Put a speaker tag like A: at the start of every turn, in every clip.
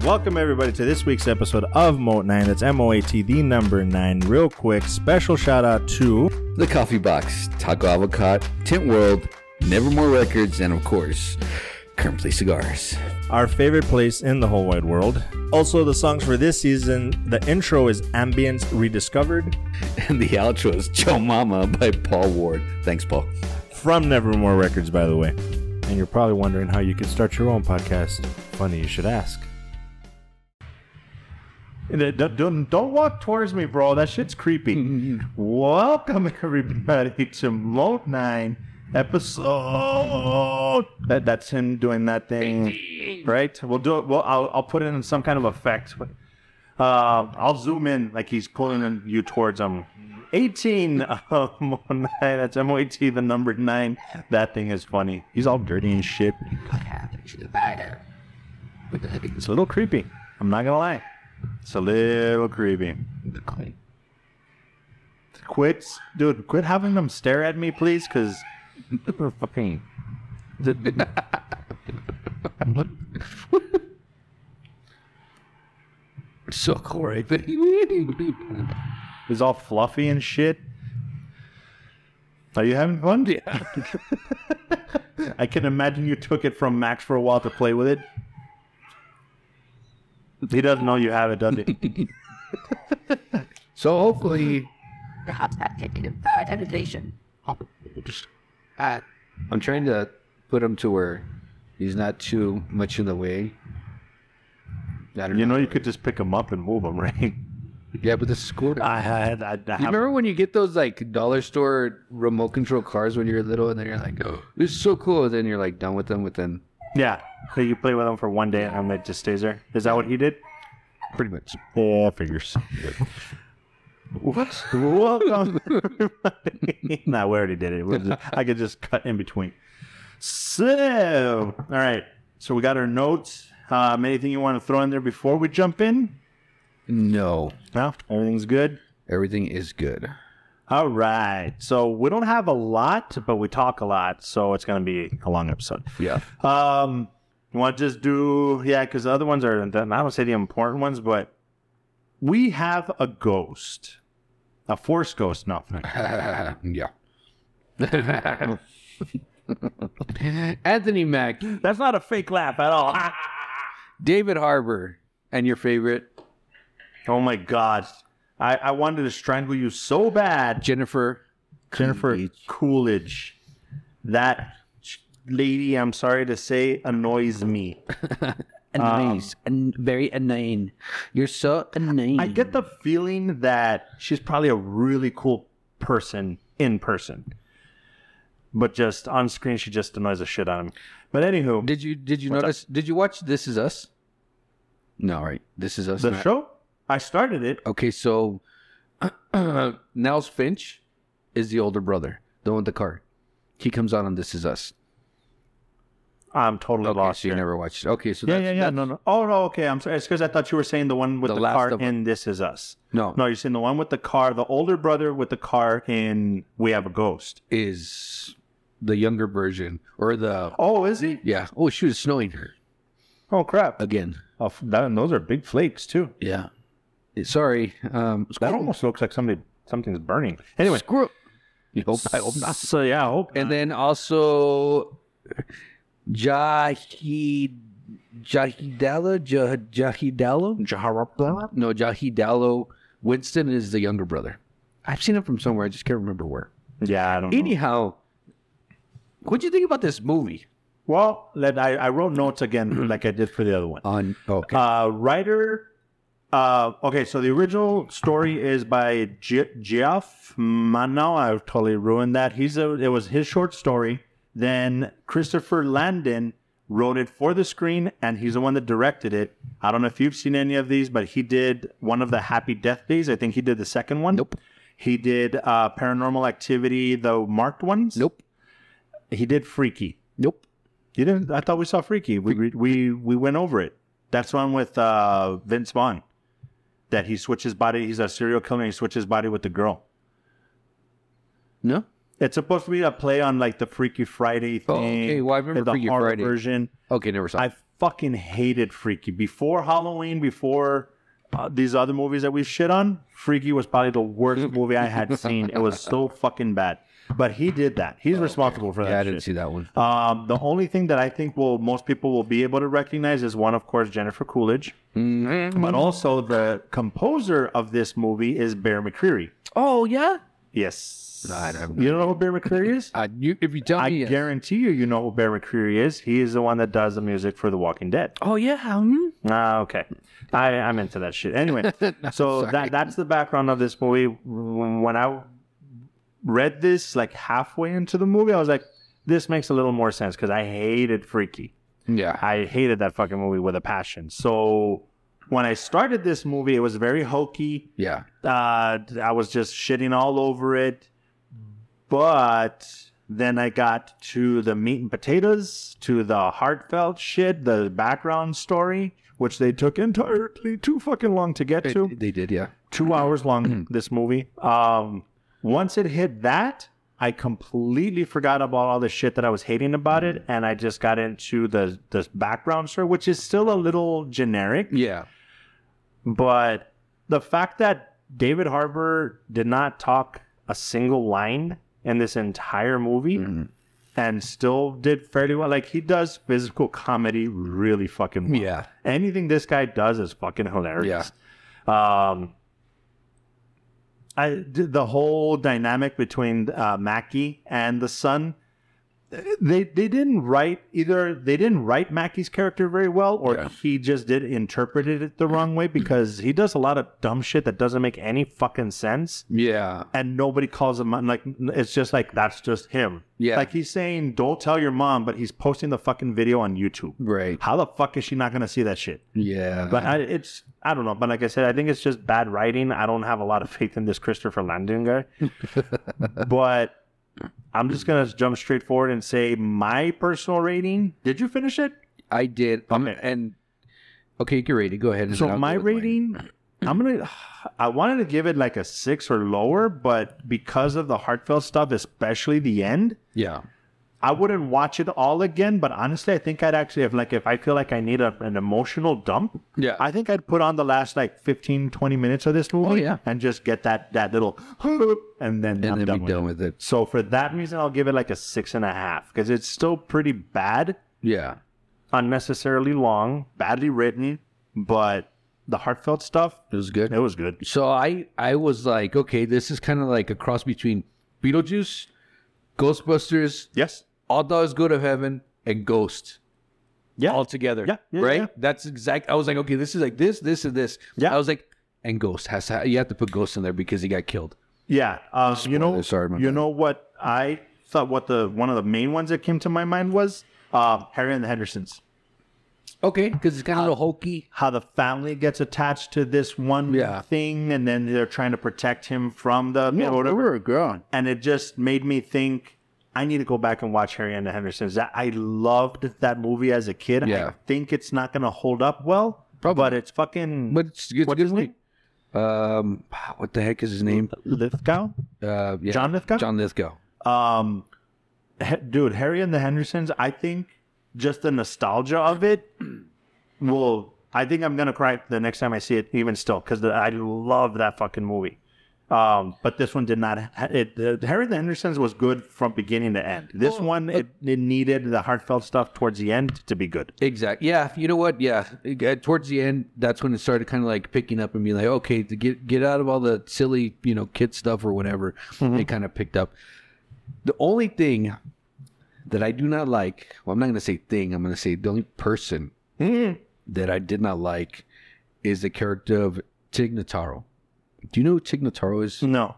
A: Welcome, everybody, to this week's episode of Moat 9. That's M O A T, the number 9. Real quick, special shout out to
B: The Coffee Box, Taco Avocado, Tint World, Nevermore Records, and of course, Currently Cigars.
A: our favorite place in the whole wide world. Also, the songs for this season the intro is Ambience Rediscovered
B: And the outro is Joe Mama by Paul Ward. Thanks, Paul.
A: from Nevermore Records, by the way. And you're probably wondering how you could start your own podcast. Funny you should ask. Don't, don't, don't walk towards me, bro. That shit's creepy. Welcome, everybody, to Mode 9 episode. That, that's him doing that thing, right? We'll do it. Well, I'll, I'll put it in some kind of effect. But, uh, I'll zoom in like he's pulling you towards um, him. 18 of Mode 9. That's MOAT, the number 9. That thing is funny. He's all dirty and shit.
C: What happened to the matter? What the heck is
A: It's a little creepy. I'm not going to lie. It's a little creepy.
C: the coin?
A: Quit, dude. Quit having them stare at me, please, because
C: Fucking. so correct, but he
A: it's all fluffy and shit. Are you having fun?
C: Yeah.
A: I can imagine you took it from Max for a while to play with it. He doesn't know you have it, does he?
B: So hopefully,
C: Perhaps that can be the prioritization.
B: I, I'm trying to put him to where he's not too much in the way. I don't
A: you know, you could just pick him up and move him, right?
B: Yeah, but this is cool. You
A: I had. I, I have,
B: remember when you get those like dollar store remote control cars when you're little, and then you're like, "Oh, this is so cool," and then you're like done with them within
A: yeah. So you play with him for one day and it just stays there. Is that what he did?
B: pretty much.
A: Yeah, figures. what? Welcome, everybody. nah, we already did it. We'll just- I could just cut in between. So, all right. So we got our notes. Um, anything you want to throw in there before we jump in?
B: No,
A: No, everything's good.
B: everything is good.
A: All right. So we don't have a lot, but we talk a lot. So it's going to be a long episode.
B: Yeah.
A: Um, you want to just do yeah, because the other ones are I don't say the important ones, but we have a ghost, a force ghost. No,
B: yeah. Anthony Mack,
A: that's not a fake laugh at all.
B: David Harbour, and your favorite
A: oh my god, I I wanted to strangle you so bad,
B: Jennifer.
A: Jennifer Coolidge. That lady, I'm sorry to say, annoys me.
C: Nice. and very inane.
B: You're so annoying.
A: I get the feeling that she's probably a really cool person in person, but just on screen, she just annoys the shit out of me. But anywho,
B: Did you did you notice? Did you watch This Is Us? No, right. This Is Us.
A: the
B: not-
A: show, I started it.
B: Okay, so Niles Finch is the older brother, the one with the car. He comes out on This Is Us.
A: I'm um, totally
B: Okay,
A: lost
B: so you
A: here.
B: never watched it. Okay, so
A: yeah,
B: that's,
A: yeah, yeah.
B: that's-
A: No, no. Oh, no. Okay, I'm sorry. It's because I thought you were saying the one with
B: The
A: the,
B: last
A: car
B: of-
A: in "This Is Us."
B: no,
A: No, you're saying the one with the car, the older brother with the car in "We Have a Ghost."
B: is the younger version or the
A: Oh, is he?
B: yeah. Oh shoot, it's snowing here
A: Oh crap!
B: again.
A: Oh, f- that, and those are big flakes too.
B: Yeah. Sorry. Um,
A: That
B: squirrel-
A: almost looks like somebody something's burning. Anyway,
B: squirrel. You hope I hope not.
A: So yeah, I hope.
B: And then also Jahid Jahidala Jah, Jahidalo.
A: Jaharapla?
B: No, Jahidalo Winston is the younger brother. I've seen him from somewhere. I just can't remember where.
A: Yeah, I don't know.
B: Anyhow, what'd you think about this movie?
A: Well, let, I, I wrote notes again like I did for the other one.
B: On okay,
A: Uh, writer. Uh, okay, so the original story is by G- Geoff Manow. I totally ruined that. He's a, it was his short story. Then Christopher Landon wrote it for the screen, and he's the one that directed it. I don't know if you've seen any of these, but he did one of the Happy Death Days. I think he did the second one.
B: Nope.
A: He did uh, Paranormal Activity, the marked ones.
B: nope,
A: He did Freaky.
B: nope.
A: You didn't? I thought we saw Freaky. We we- we we went over it. That's one with uh, Vince Vaughn. That he switches body. He's a serial killer. and He switches body with the girl.
B: No,
A: It's supposed to be a play on like the Freaky Friday thing.
B: Oh, okay. Well, I remember
A: the
B: Freaky
A: horror
B: Friday.
A: version.
B: okay, never saw.
A: I fucking hated Freaky before Halloween, before uh, these other movies that we shit on. Freaky was probably the worst movie I had seen. It was so fucking bad. But he did that. He's responsible for that.
B: Oh, Yeah, I
A: shit.
B: didn't see that one.
A: Um, the only thing that I think will most people will be able to recognize is one, of course, Jennifer Coolidge,
B: Mm-hmm.
A: but also the composer of this movie is Bear McCreary.
C: Oh yeah.
A: Yes,
B: No, I don't-
A: you don't know who Bear McCreary is?
B: Uh, you, if you tell
A: I
B: me, yes.
A: guarantee you, you know who Bear McCreary is. He is the one that does the music for The Walking Dead.
C: Oh yeah. hmm.
A: Ah, okay. I, I'm into that shit. Anyway, so that that's the background of this movie. When I read this like halfway into the movie, I was like, this makes a little more sense because I hated Freaky.
B: yeah,
A: I hated that fucking movie with a passion. So when I started this movie, it was very hokey.
B: yeah.
A: Uh, I was just shitting all over it. But then I got to the meat and potatoes, to the heartfelt shit, the background story, which they took entirely too fucking long to get to.
B: They did, yeah.
A: Two hours long, this movie. Um, once it hit that, I completely forgot about all the shit that I was hating about it, and I just got into the the background story, which is still a little generic.
B: Yeah.
A: But the fact that David Harbour did not talk a single line in this entire movie and still did fairly well. Like he does physical comedy really fucking well.
B: Yeah.
A: Anything this guy does is fucking hilarious. Um I did the whole dynamic between uh, Mackie and the son they they didn't write either they didn't write Mackie's character very well or
B: Yeah.
A: he just did interpreted it the wrong way because he does a lot of dumb shit that doesn't make any fucking sense
B: Yeah.
A: and nobody calls him out like it's just like that's just him.
B: Yeah.
A: Like he's saying don't tell your mom but he's posting the fucking video on YouTube.
B: Right.
A: How the fuck is she not going to see that shit?
B: Yeah.
A: But I, it's I don't know. But like I said, I think it's just bad writing. I don't have a lot of faith in this Christopher Landon guy. but I'm just gonna jump straight forward and say my personal rating. Did you finish it?
B: I did. Um,
A: Okay.
B: and okay, you can rate it. Go ahead. And then
A: So
B: I'll
A: my
B: go with mine.
A: rating, I'm gonna. I wanted to give it like a six or lower, but because of the heartfelt stuff, especially the end,
B: Yeah.
A: I wouldn't watch it all again. But honestly, I think I'd actually, if like, if I feel like I need a, an emotional dump,
B: Yeah.
A: I think I'd put on the last like 15, 20 minutes of this movie
B: Oh, yeah.
A: and just get that that little and then
B: and
A: I'm
B: then
A: done
B: be
A: with it.
B: done with it.
A: So for that reason, I'll give it like a six and a half because it's still pretty bad,
B: Yeah.
A: unnecessarily long, badly written, but the heartfelt stuff,
B: It was good.
A: it was good.
B: So I I was like, okay, this is kind of like a cross between Beetlejuice, Ghostbusters,
A: Yes.
B: All Dogs Go to Heaven, and Ghost.
A: Yeah.
B: All together.
A: Yeah, yeah,
B: right.
A: yeah.
B: That's exact. I was like, okay, this is like this, this, and this.
A: Yeah.
B: I was like, and Ghost has to, you have to put Ghost in there because he got killed.
A: Yeah, uh, you know,
B: sorry, my
A: you
B: bad.
A: know what I thought. What the one of the main ones that came to my mind was uh, Harry and the Hendersons.
B: Okay, because it's
A: Uh,
B: kind of hokey.
A: How the family gets attached to this one
B: Yeah.
A: thing, and then they're trying to protect him from the you know, whatever.
B: a girl.
A: And it just made me think. I need to go back and watch Harry and the Hendersons. That- I loved that movie as a kid. I
B: Yeah.
A: think it's not going to hold up well,
B: Probably.
A: but it's fucking
B: But it's, it's
A: What's
B: good.
A: his name?
B: Um, what the heck is his name?
A: Lithgow.
B: Uh, yeah.
A: John Lithgow?
B: John Lithgow.
A: um he- dude harry and the hendersons i think just the nostalgia of it will i think i'm gonna cry the next time i see it even still because i love that fucking movie um but this one did not ha- it the, harry and the hendersons was good from beginning to end this
B: Oh,
A: one it, it needed the heartfelt stuff towards the end to be good
B: Exactly. Yeah. You know what? Yeah. It got- Towards the end, that's when it started kind of like picking up and being like, okay, to get get out of all the silly, you know, kid stuff or whatever. It kind of picked up. The only thing that I do not like, well, I'm not going to say thing. I'm going to say the only person Mm-hmm. that I did not like is the character of Tig Notaro. Do you know who Tig Notaro is?
A: no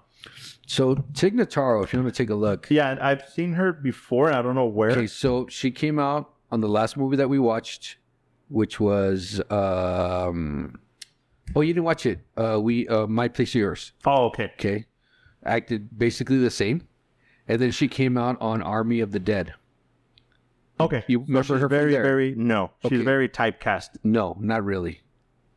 B: So Tig Notaro, if you want to take a look,
A: yeah i've seen her before i don't know where
B: Okay, so she came out on the last movie that we watched, which was um Oh, you didn't watch it. Uh we uh My Place Yours.
A: oh okay
B: Okay. Acted basically the same. And then she came out on Army of the Dead.
A: okay
B: You remember her
A: she's
B: from
A: very
B: there?
A: very no she's
B: Okay.
A: very typecast
B: No, not really.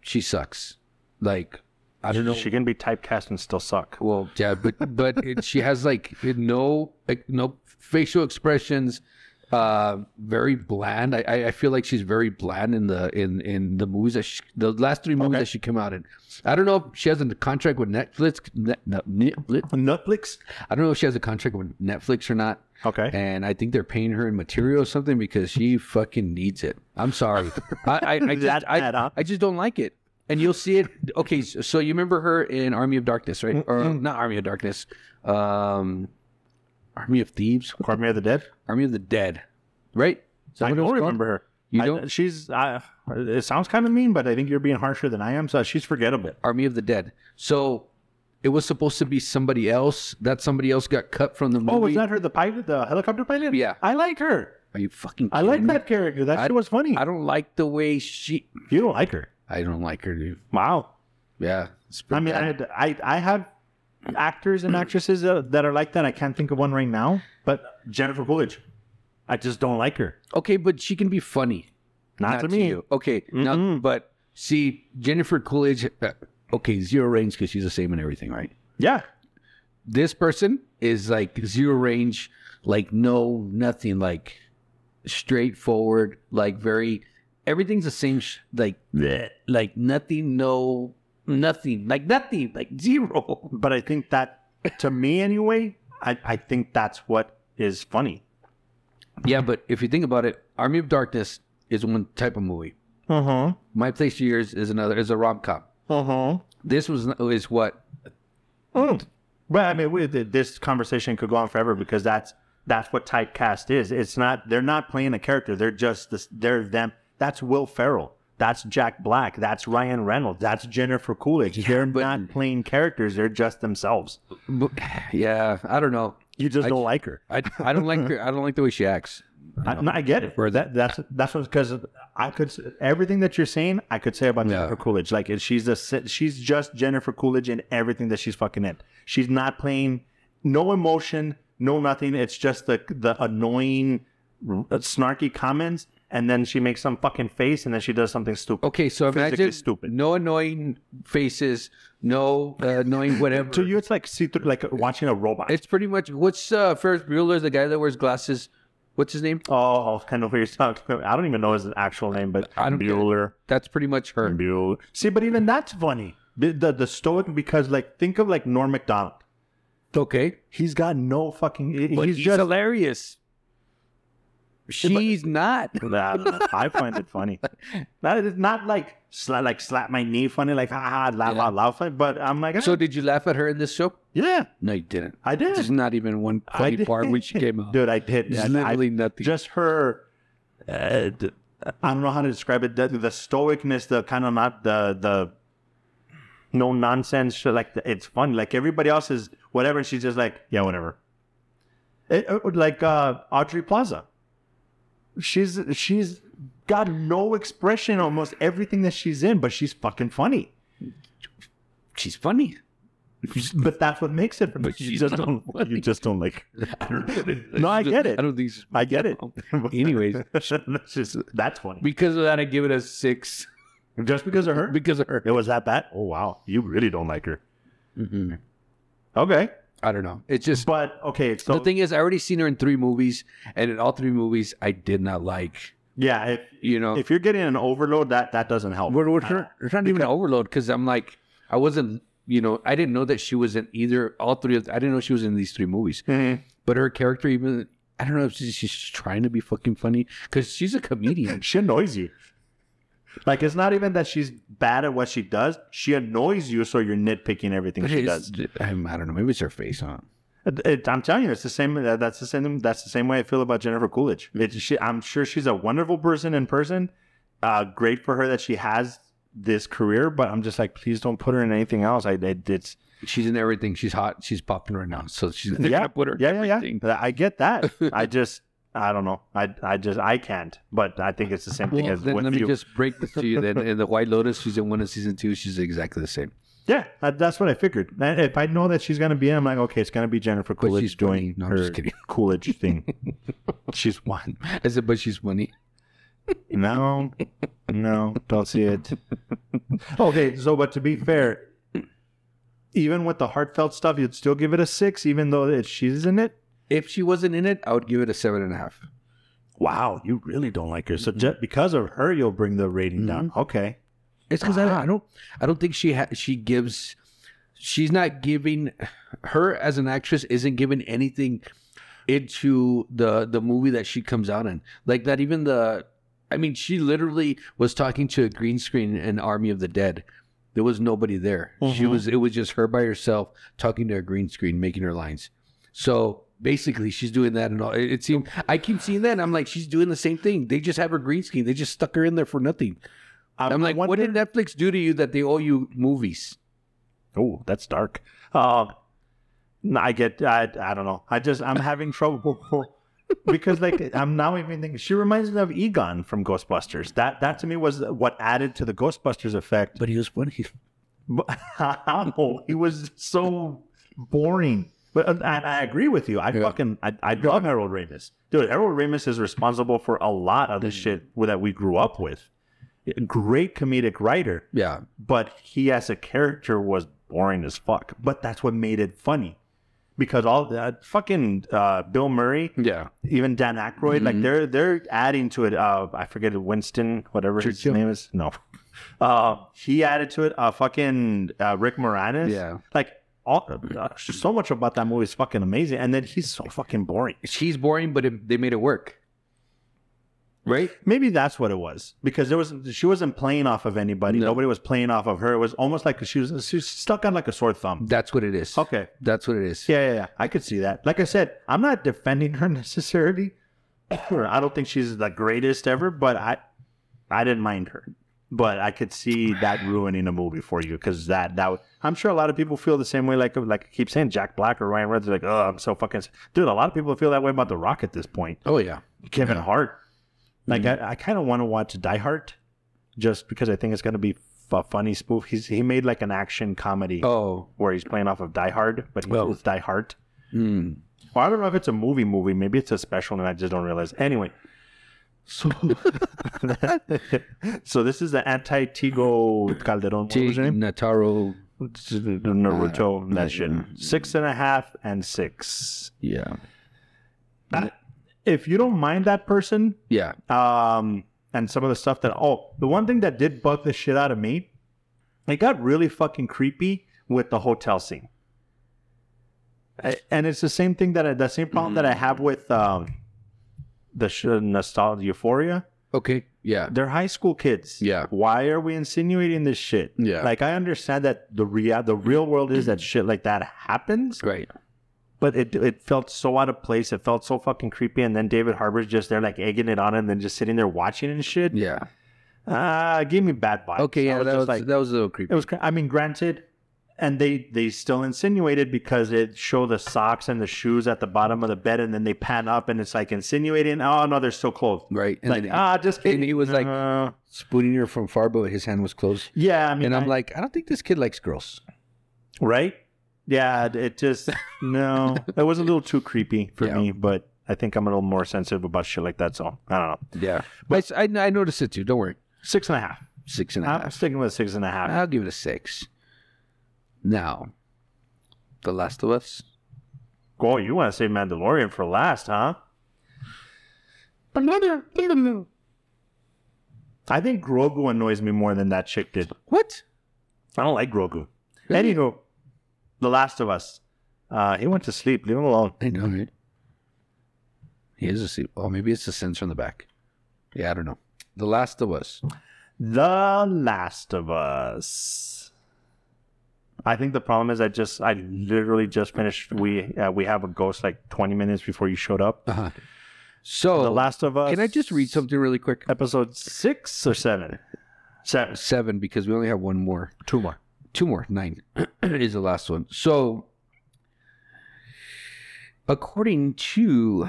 B: She sucks. Like I don't know.
A: she can be typecast and still suck
B: Well, yeah, but but it, she has like no like, no facial expressions. uh, very bland. I- I, I feel like she's very bland in the in in the movies that she, the last three movies
A: Okay.
B: that she came out in. I don't know if she has a contract with Netflix. Net, no, Netflix.
A: Netflix.
B: I don't know if she has a contract with Netflix or not.
A: Okay.
B: And I think they're paying her in material or something because she fucking needs it. I'm sorry. I I, I, just,
A: That
B: I,
A: bad, huh?
B: I just don't like it. And you'll see it. Okay, so so you remember her in Army of Darkness, right? Or not Army of Darkness. Um, Army of Thieves.
A: Army of the Dead.
B: Army of the Dead, right? Is that
A: I
B: what it was
A: don't
B: called?
A: remember her.
B: You
A: I-
B: don't-
A: she's. I, it sounds kind of mean, but I think you're being harsher than I am. So she's forgettable.
B: Army of the Dead. So it was supposed to be somebody else. That somebody else got cut from the movie.
A: Oh, was that her? The pilot, the helicopter pilot.
B: Yeah.
A: I like her.
B: Are you fucking?
A: I
B: kidding
A: like
B: me?
A: that character. That
B: I-
A: shit was funny.
B: I don't like the way she.
A: you don't like her.
B: I don't like her, dude.
A: Wow.
B: Yeah. it's
A: I
B: pretty
A: mean, I,
B: bad.
A: had, I I have actors and actresses that that are like that. I can't think of one right now, but Jennifer Coolidge. I just don't like her.
B: okay, but she can be funny.
A: Not, to me.
B: you. Okay, now,
A: Mm-mm.
B: but see, Jennifer Coolidge. uh, Okay, zero range because she's the same in everything, right?
A: Yeah.
B: This person is like zero range, like no nothing, like straightforward, like very everything's the same, sh- like bleh, like nothing, no nothing, like nothing, like zero.
A: But I think that, to me anyway, I, I think that's what is funny.
B: Yeah, but if you think about it, Army of Darkness is one type of movie.
A: Uh huh.
B: My Place to Yours is another is a rom com.
A: Uh
B: Uh-huh.
A: huh.
B: This was is what Oh.
A: Mm. Well, I mean, we, th- this conversation could go on forever because that's that's what typecast is. It's not they're not playing a character. They're just this, they're them. That's Will Ferrell. That's Jack Black. That's Ryan Reynolds. That's Jennifer Coolidge. they're
B: but-
A: not playing characters. They're just themselves.
B: But, yeah, I don't know.
A: You just don't like her.
B: I, I don't like her. I don't like the way she acts.
A: I, no, I get it.
B: Or
A: that that's that's because I could s- everything that you're saying I could say about
B: Yeah.
A: Jennifer Coolidge. Like it- she's a si- she's just Jennifer Coolidge in everything that she's fucking in. She's not playing no emotion, no nothing. It's just the the annoying uh, snarky comments, and then she makes some fucking face, and then she does something stupid.
B: Okay, so
A: Physically
B: imagine
A: stupid.
B: no annoying faces, no uh, annoying whatever.
A: To you, it's like see through, like watching a robot.
B: it's pretty much what's uh, Ferris Bueller, the guy that wears glasses. What's his name?
A: oh, kind of weird stuff. I don't even know his actual name, but
B: I don't get it.
A: Bueller.
B: That's pretty much her.
A: Bueller. See, but even that's funny. The, the the stoic because like think of like Norm Macdonald.
B: Okay,
A: He's got no fucking. he-
B: but
A: He's,
B: he's,
A: just.
B: hilarious. She's not.
A: Nah, I find it funny. Not it's not like sla- like slap my knee funny like ha ha laugh
B: Yeah.
A: out loud funny. But I'm like
B: So
A: so,
B: did you laugh at her in this show?
A: yeah,
B: No, you didn't.
A: I did.
B: There's not even one
A: I
B: funny
A: did.
B: part when she came out.
A: dude. I did.
B: There's
A: I-
B: literally
A: I-
B: nothing.
A: Just her. Uh, d- I don't know how to describe it. The, the stoicness, the kind of not the the no nonsense shit. Like it's funny. Like everybody else is whatever, and she's just like yeah, whatever. It, it would like uh, Audrey Plaza. She's she's got no expression almost everything that she's in, but she's fucking funny.
B: She's funny.
A: But that's what makes it. But you
B: she's
A: just
B: not
A: don't.
B: funny.
A: You just don't like.
B: I don't
A: No, I get it.
B: I don't think. She's,
A: I get it.
B: Oh, anyways,
A: that's just that's funny.
B: because of that, I give it a six.
A: Just because of her?
B: Because of her.
A: It was that bad? Oh wow, you really don't like her.
B: Mm-hmm.
A: Okay,
B: I don't know. It's just
A: but okay, so
B: the thing is, I already seen her in three movies, and in all three movies, I did not like.
A: yeah, if,
B: You know,
A: if you're getting an overload, that that doesn't help.
B: we're, we're, not- we're not even an overload because I'm like, I wasn't. You know, I didn't know that she was in either all three. of I didn't know she was in these three movies.
A: Mhm.
B: But her character, even I don't know if she's, she's trying to be fucking funny because she's a comedian.
A: She annoys you. Like it's not even that she's bad at what she does; she annoys you, so you're nitpicking everything
B: But
A: she
B: it's-
A: does.
B: I'm- I don't know. Maybe it's her face on.
A: It- it- I'm telling you, it's the same. that- That's the same. That's the same way I feel about Jennifer Coolidge. It, she, I'm sure she's a wonderful person in person. Uh, great for her that she has this career, but I'm just like, please don't put her in anything else. I it, it's
B: She's in everything. She's hot. She's popping right now. So she's they're
A: yeah,
B: gonna put her. in
A: yeah, yeah, yeah.
B: everything.
A: Th- I get that. I just, I don't know. I, I just, I can't. But I think it's the same thing
B: Well,
A: as
B: then
A: with
B: let me
A: you.
B: just break this to you. Then in the White Lotus, she's in one and season two. She's exactly the same.
A: yeah, that, that's what I figured. And If I know that she's gonna be in, I'm like, okay, it's gonna be Jennifer
B: But
A: Coolidge
B: she's
A: doing
B: funny. No, I'm
A: her
B: just kidding.
A: Coolidge thing. she's one.
B: I said, but she's funny.
A: No, no, don't see it. Okay, so but to be fair, even with the heartfelt stuff, you'd still give it a six, even though it, she's in it.
B: If she wasn't in it, I would give it a seven and a half.
A: wow, you really don't like her. So just because of her, you'll bring the rating down. Okay.
B: It's because I, I don't I don't think she ha- she gives she's not giving her as an actress isn't giving anything into the the movie that she comes out in like that even the I mean she literally was talking to a green screen in Army of the Dead there was nobody there she
A: Mhm.
B: was it was just her by herself talking to a green screen making her lines so basically she's doing that and all it, it seemed I keep seeing that and I'm like she's doing the same thing they just have her green screen they just stuck her in there for nothing
A: Um,
B: I'm like, what did Netflix do to you that they owe you movies?
A: Oh, that's dark. Uh, no, I get. I I don't know. I just I'm having trouble because like I'm now even thinking she reminds me of Egon from Ghostbusters. That that to me was what added to the Ghostbusters effect.
B: But he was funny.
A: But how? he was so boring. But uh, and I agree with you. I
B: Yeah.
A: fucking I, I love Harold Ramis, dude. Harold Ramis is responsible for a lot of the shit that we grew up with. Great comedic writer
B: Yeah,
A: but he as a character was boring as fuck. But that's what made it funny, because all that fucking uh, Bill Murray,
B: yeah.
A: even Dan Aykroyd,
B: Mm-hmm.
A: like they're they're adding to it. Uh, I forget it, Winston, whatever
B: Churchill?
A: his name is. No, uh, he added to it. Uh, fucking uh, Rick Moranis.
B: Yeah.
A: like all uh, so much about that movie is fucking amazing, and then he's so fucking boring.
B: She's boring, but it, they made it work. Right?
A: Maybe that's what it was because there was she wasn't playing off of anybody.
B: No.
A: Nobody was playing off of her. It was almost like she was she was stuck on like a sore thumb.
B: That's what it is.
A: Okay.
B: That's what it is.
A: Yeah, yeah, yeah. I could see that. Like I said, I'm not defending her necessarily. I don't think she's the greatest ever, but I, I didn't mind her. But I could see that ruining a movie for you because that that would, I'm sure a lot of people feel the same way. Like like I keep saying Jack Black or Ryan Reynolds, like oh I'm so fucking s-" dude. A lot of people feel that way about The Rock at this point.
B: Oh yeah. Mm-hmm.
A: Kevin Hart. Like I, I kind of want to watch Die Hard, just because I think it's gonna be f- a funny spoof. He's he made like an action comedy
B: Oh.
A: where he's playing off of Die Hard, but he,
B: Well-
A: it's Die Hard.
B: Mm.
A: Well, I don't know if it's a movie movie. Maybe it's a special, and I just don't realize. Anyway,
B: So
A: so this is the anti Tigo Calderon. What was his name?
B: Nataro.
A: Naruto. that shit. Six and a half and six.
B: Yeah.
A: If you don't mind that person,
B: Yeah.
A: um, and some of the stuff that oh, the one thing that did bug the shit out of me, it got really fucking creepy with the hotel scene. I- and it's the same thing that I, the same problem that I have with um, the sh- nostalgia euphoria.
B: Okay. Yeah.
A: They're high school kids.
B: Yeah.
A: Why are we insinuating this shit?
B: Yeah.
A: Like I understand that the rea- the real world is that shit like that happens,
B: Right.
A: but it it felt so out of place. It felt so fucking creepy. And then David Harbour's just there like egging it on, and then just sitting there watching and shit.
B: Yeah.
A: Ah, it gave me bad vibes.
B: Okay.
A: I
B: Yeah. that
A: just
B: was that was a little creepy.
A: it was. cr- I mean, granted, and they they still insinuated because it showed the socks and the shoes at the bottom of the bed, and then they pan up and it's like insinuating. Oh no, they're still clothed.
B: right. And
A: Like
B: then he-
A: ah, just
B: and
A: kidding.
B: he was like-
A: Uh,
B: spooning her from far, but his hand was closed.
A: yeah. I mean,
B: And I'm
A: I-
B: like, I don't think this kid likes girls.
A: right? Yeah, it- it just no. It was a little too creepy for
B: Yeah.
A: me, but I think I'm a little more sensitive about shit like that. So I don't know.
B: Yeah. But I, I noticed it too. Don't worry.
A: Six and a half.
B: Six and a half.
A: I'm sticking with six and a half.
B: I'll give it a six. Now, The Last of Us.
A: Oh, you want to say Mandalorian for last, huh? I think Grogu annoys me more than that chick did.
B: What?
A: I don't like Grogu.
B: Really?
A: Anywho, The Last of Us. Uh, he went to sleep. Leave him alone.
B: I know, right? He is asleep. Oh, maybe it's the sensor in the back. Yeah, I don't know. The Last of Us.
A: The Last of Us. I think the problem is I just I literally just finished. We uh, we have a ghost like 20 minutes before you showed up.
B: Uh-huh. So,
A: The Last of Us.
B: Oh, can I just read something really quick?
A: Episode six or seven. Seven.
B: Seven, because we only have one more.
A: Two more.
B: two more nine is the last one so according to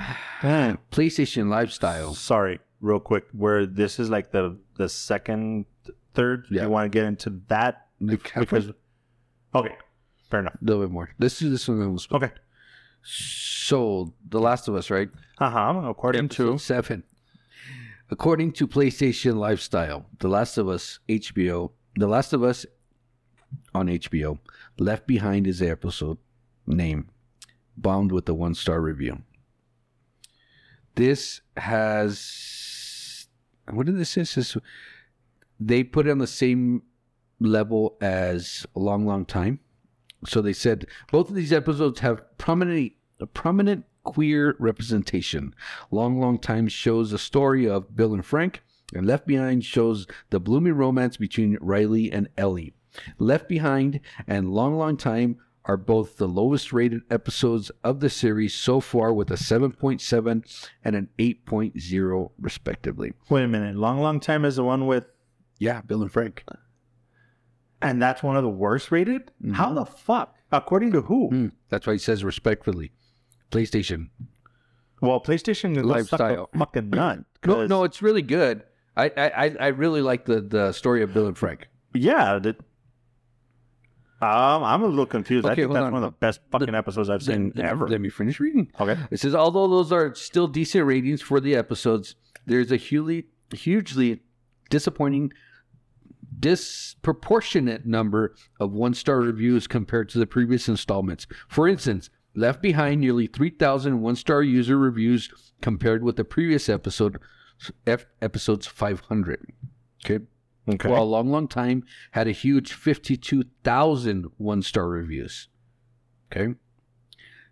B: playstation lifestyle
A: Sorry, real quick. Where this is like the the second, third.
B: Yeah.
A: You want to get into that because. Okay, fair enough.
B: a little bit more let's do this one and we'll split.
A: Okay.
B: so the last of us right
A: Uh huh. According
B: Episode
A: to
B: seven according to playstation lifestyle the last of us hbo the last of us on hbo left behind is the episode name bombed with a one star review this has what did this is? This, they put it on the same level as a long, long time. So they said both of these episodes have prominent prominent queer representation. Long, long time shows the story of Bill and Frank, and Left Behind shows the bloomy romance between Riley and Ellie. Left Behind and Long, Long Time are both the lowest rated episodes of the series so far with a 7.7 and an 8.0 respectively.
A: Wait a minute. Long, long time is the one with,
B: Yeah, Bill and Frank.
A: and that's one of the worst rated.
B: Mm-hmm.
A: How the fuck? According to who?
B: Hmm, that's why he says respectfully. PlayStation.
A: Well, PlayStation
B: Lifestyle.
A: lifestyle fucking nut.
B: No,
A: 'cause-
B: no, it's really good. I I, I- I really like the, the story of Bill and Frank.
A: Yeah. that- um, I'm a little confused. I
B: Okay,
A: think
B: hold
A: that's
B: on.
A: one of the best fucking episodes I've seen
B: Then-
A: ever.
B: Let me finish reading.
A: okay.
B: It says, although those are still decent ratings for the episodes, there's a hugely, hugely disappointing, disproportionate number of one star reviews compared to the previous installments. For instance, Left Behind nearly 3,000 one star user reviews compared with the previous episode, F, episodes 500. Okay.
A: Okay.
B: Well, a long, long time had a huge 52,000 one star reviews. Okay.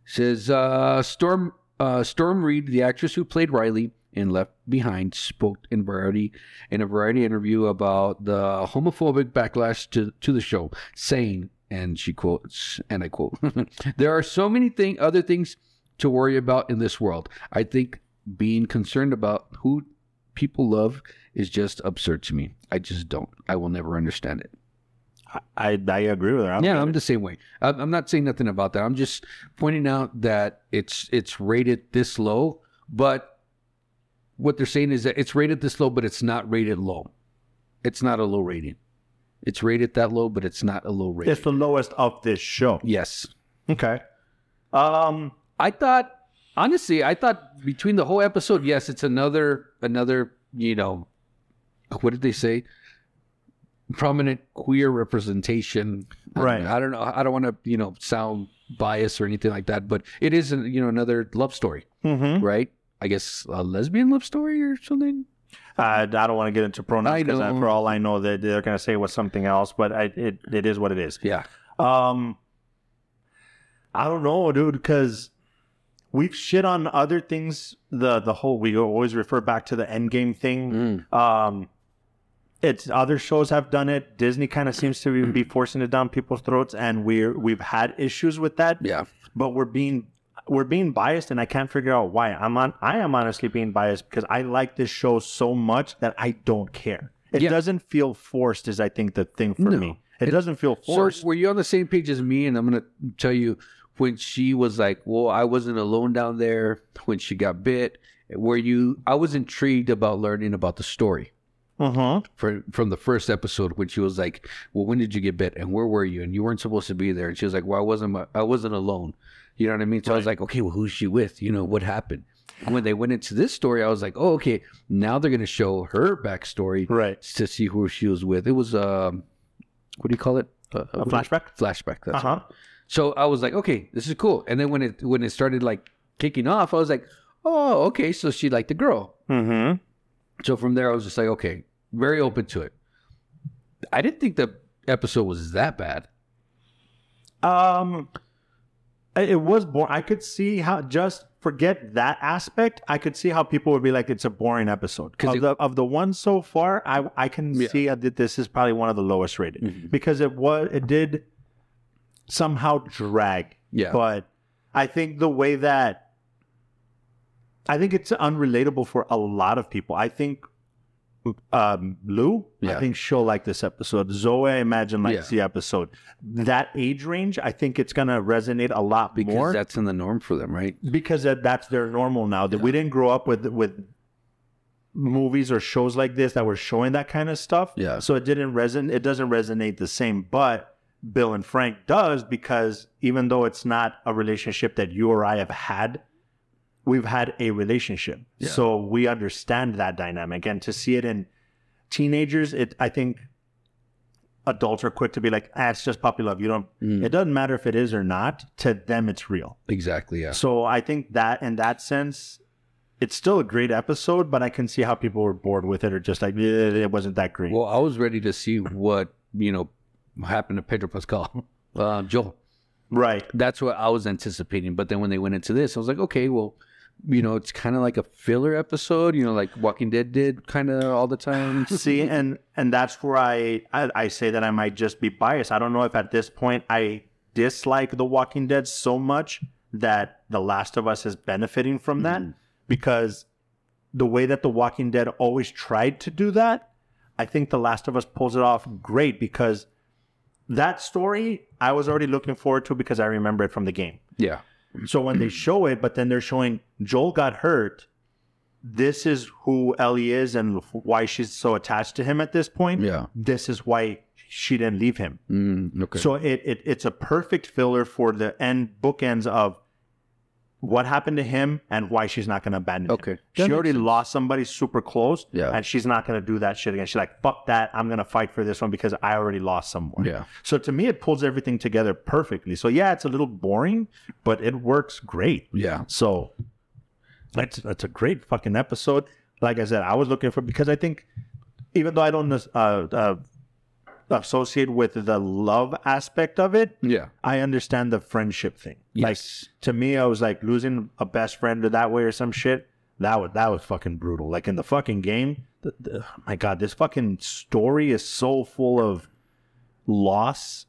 B: Says uh, Storm uh, Storm Reed, the actress who played Riley in Left Behind, spoke in variety in a variety interview about the homophobic backlash to, to the show, saying, and she quotes, and I quote, "There are so many thing other things to worry about in this world. I think being concerned about who people love is just absurd to me. I just don't. I will never understand it."
A: I, I agree with her. I don't
B: yeah,
A: get
B: I'm
A: it.
B: the same way. I'm I'm not saying nothing about that. I'm just pointing out that it's it's rated this low, but what they're saying is that it's rated this low, but it's not rated low. It's not a low rating. It's rated that low, but it's not a low rating.
A: it's the lowest of this show.
B: yes,
A: Okay. Um,
B: I thought honestly, I thought between the whole episode, yes, it's another another you know, what did they say? Prominent queer representation. I don't
A: Right.
B: know. I don't know. I don't want to you know sound biased or anything like that, but it is an, you know another love story,
A: mhm.
B: right? I guess a lesbian love story or something.
A: I, I don't want to get into
B: I
A: pronouns because
B: know.
A: for all I know, that they're going to say it was something else, but I, it, it is what it is.
B: Yeah.
A: Um, I don't know, dude, because we've shit on other things. The the whole we always refer back to the Endgame thing.
B: Mm.
A: Um, it's other shows have done it. Disney kind of seems to be, be forcing it down people's throats, and we're we've had issues with that.
B: Yeah.
A: But we're being we're being biased, and I can't figure out why. I'm on. I am honestly being biased because I like this show so much that I don't care. It
B: Yeah.
A: doesn't feel forced, is I think the thing for
B: No.
A: me. It, doesn't feel
B: So
A: forced.
B: were you on the same page as me? And I'm gonna tell you when she was like, "Well, I wasn't alone down there when she got bit." Were you? I was intrigued about learning about the story
A: uh-huh.
B: from from the first episode when she was like, "Well, when did you get bit? And where were you? And you weren't supposed to be there." And she was like, "Well, I wasn't. I wasn't alone." You know what I mean? So I was like, "Okay, well, who's she with? You know what happened?" When they went into this story, I was like, "Oh, okay. Now they're gonna show her backstory
A: Right.
B: to see who she was with." It was um, what do you call it? Uh,
A: A flashback?
B: flashback. That's
A: Uh huh.
B: so I was like, okay, this is cool. And then when it when it started like kicking off, I was like, oh, okay, so she liked the girl.
A: Mm
B: Mm-hmm. So from there, I was just like, okay, very open to it. I didn't think the episode was that bad.
A: hmm. Um, it it was boring. I could see how just forget that aspect. I could see how people would be like, "It's a boring episode."
B: 'Cause
A: Of
B: it-
A: the of the ones so far, I I can
B: Yeah. Mm-hmm.
A: see that this is probably one of the lowest rated because it was it did somehow drag.
B: Yeah.
A: But I think the way that I think it's unrelatable for a lot of people. I think um, Lou,
B: Yeah.
A: I think she'll like this episode. Zoe, I imagine likes
B: Yeah.
A: the episode. That age range, I think it's gonna resonate a lot
B: because
A: more
B: that's in the norm for them, right?
A: because that, that's their normal now. That we didn't grow up with with movies or shows like this that were showing that kind of stuff.
B: Yeah.
A: So it didn't resonate. It doesn't resonate the same, but Bill and Frank does because even though it's not a relationship that you or I have had, we've had a relationship,
B: Yeah.
A: so we understand that dynamic. And to see it in teenagers, it I think adults are quick to be like, ah, it's just puppy love. You don't.
B: Mm.
A: It doesn't matter if it is or not. To them, it's real.
B: Exactly. Yeah.
A: So I think that in that sense, it's still a great episode, but I can see how people were bored with it or just like "Eh, it wasn't that great.
B: Well, I was ready to see what you know happened to Pedro Pascal, uh, Joel.
A: right.
B: That's what I was anticipating. But then when they went into this, I was like, okay, well, you know, it's kind of like a filler episode. You know, like Walking Dead did kind of all the time.
A: See, and and that's where I, I I say that I might just be biased. I don't know if at this point I dislike The Walking Dead so much that The Last of Us is benefiting from that because the way that The Walking Dead always tried to do that, I think The Last of Us pulls it off great because that story I was already looking forward to because I remember it from the game.
B: Yeah,
A: So when they show it, but then they're showing Joel got hurt. This is who Ellie is and why she's so attached to him at this point.
B: Yeah.
A: This is why she didn't leave him.
B: mm, okay.
A: So it, it it's a perfect filler for the end bookends of what happened to him and why she's not going to abandon him.
B: Okay. That
A: She
B: makes
A: already lost somebody super close.
B: Yeah.
A: And she's not going to do that shit again. She's like, fuck that. I'm going to fight for this one because I already lost someone.
B: Yeah.
A: So to me, it pulls everything together perfectly. So yeah, it's a little boring, but it works great.
B: yeah,
A: So that's that's a great fucking episode. Like I said, I was looking for because I think even though I don't uh, uh, associate with the love aspect of it,
B: yeah,
A: I understand the friendship thing.
B: yes,
A: Like to me, I was like losing a best friend that way or some shit. That was that was fucking brutal. Like in the fucking game, the, the, my god, this fucking story is so full of loss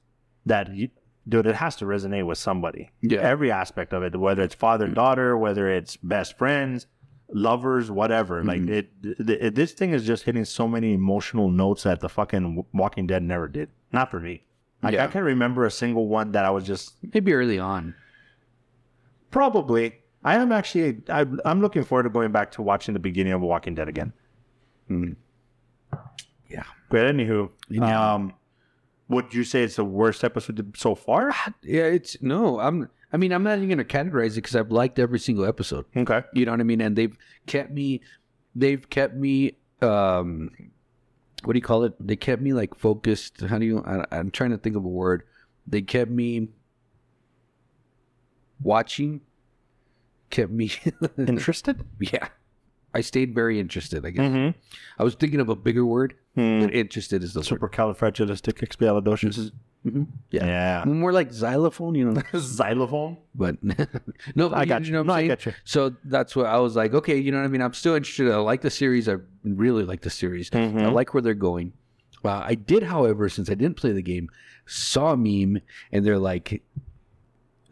A: that you, dude, it has to resonate with somebody.
B: Yeah. Mm.
A: every aspect of it, whether it's father daughter, whether it's best friends, lovers, whatever. Like
B: Mm-hmm.
A: it, it, this thing is just hitting so many emotional notes that the fucking Walking Dead never did. Not for me. Like
B: Yeah.
A: I can't remember a single one that I was just
B: maybe early on.
A: Probably. I am actually. I, I'm looking forward to going back to watching the beginning of Walking Dead again. Hmm.
B: Yeah.
A: But anywho, um, would you say it's the worst episode so far?
B: Yeah, it's no. I'm. I mean, I'm not even gonna categorize it because I've liked every single episode.
A: Okay.
B: You know what I mean? And they've kept me. They've kept me. Um, what do you call it? They kept me like focused. How do you? I, I'm trying to think of a word. They kept me watching. Kept me.
A: Interested?
B: yeah, I stayed very interested. I guess
A: Mm-hmm.
B: I was thinking of a bigger word. But interested is the word.
A: Supercalifragilisticexpialidocious.
B: Mhm. Yeah.
A: Mm-hmm. Yeah.
B: More like xylophone, you know.
A: Xylophone.
B: but no,
A: I
B: you-
A: got
B: you.
A: you.
B: know what I'm
A: No, I
B: saying?
A: got you.
B: So that's what I was like. Okay, you know what I mean. I'm still interested. I like the series. I really like the series. I
A: Mm-hmm.
B: like where they're going. Well, I did, however, since I didn't play the game, saw a meme and they're like,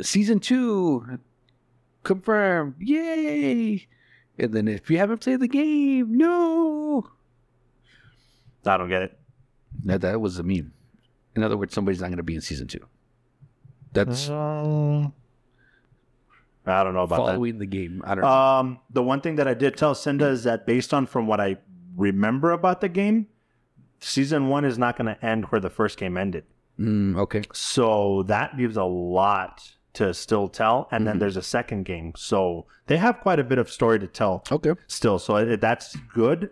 B: season two confirmed, yay! And then if you haven't played the game, no.
A: I don't get it.
B: That that was a meme. In other words, somebody's not going to be in season two. That's
A: Uh, I don't know Mm-hmm. about that.
B: following the game. I don't. know.
A: Um, the one thing that I did tell Cinda is that based on from what I remember about the game, season one is not going to end where the first game ended.
B: Mm, okay.
A: So that leaves a lot to still tell. And then there's a second game. So they have quite a bit of story to tell
B: Okay.
A: still. So it, that's good.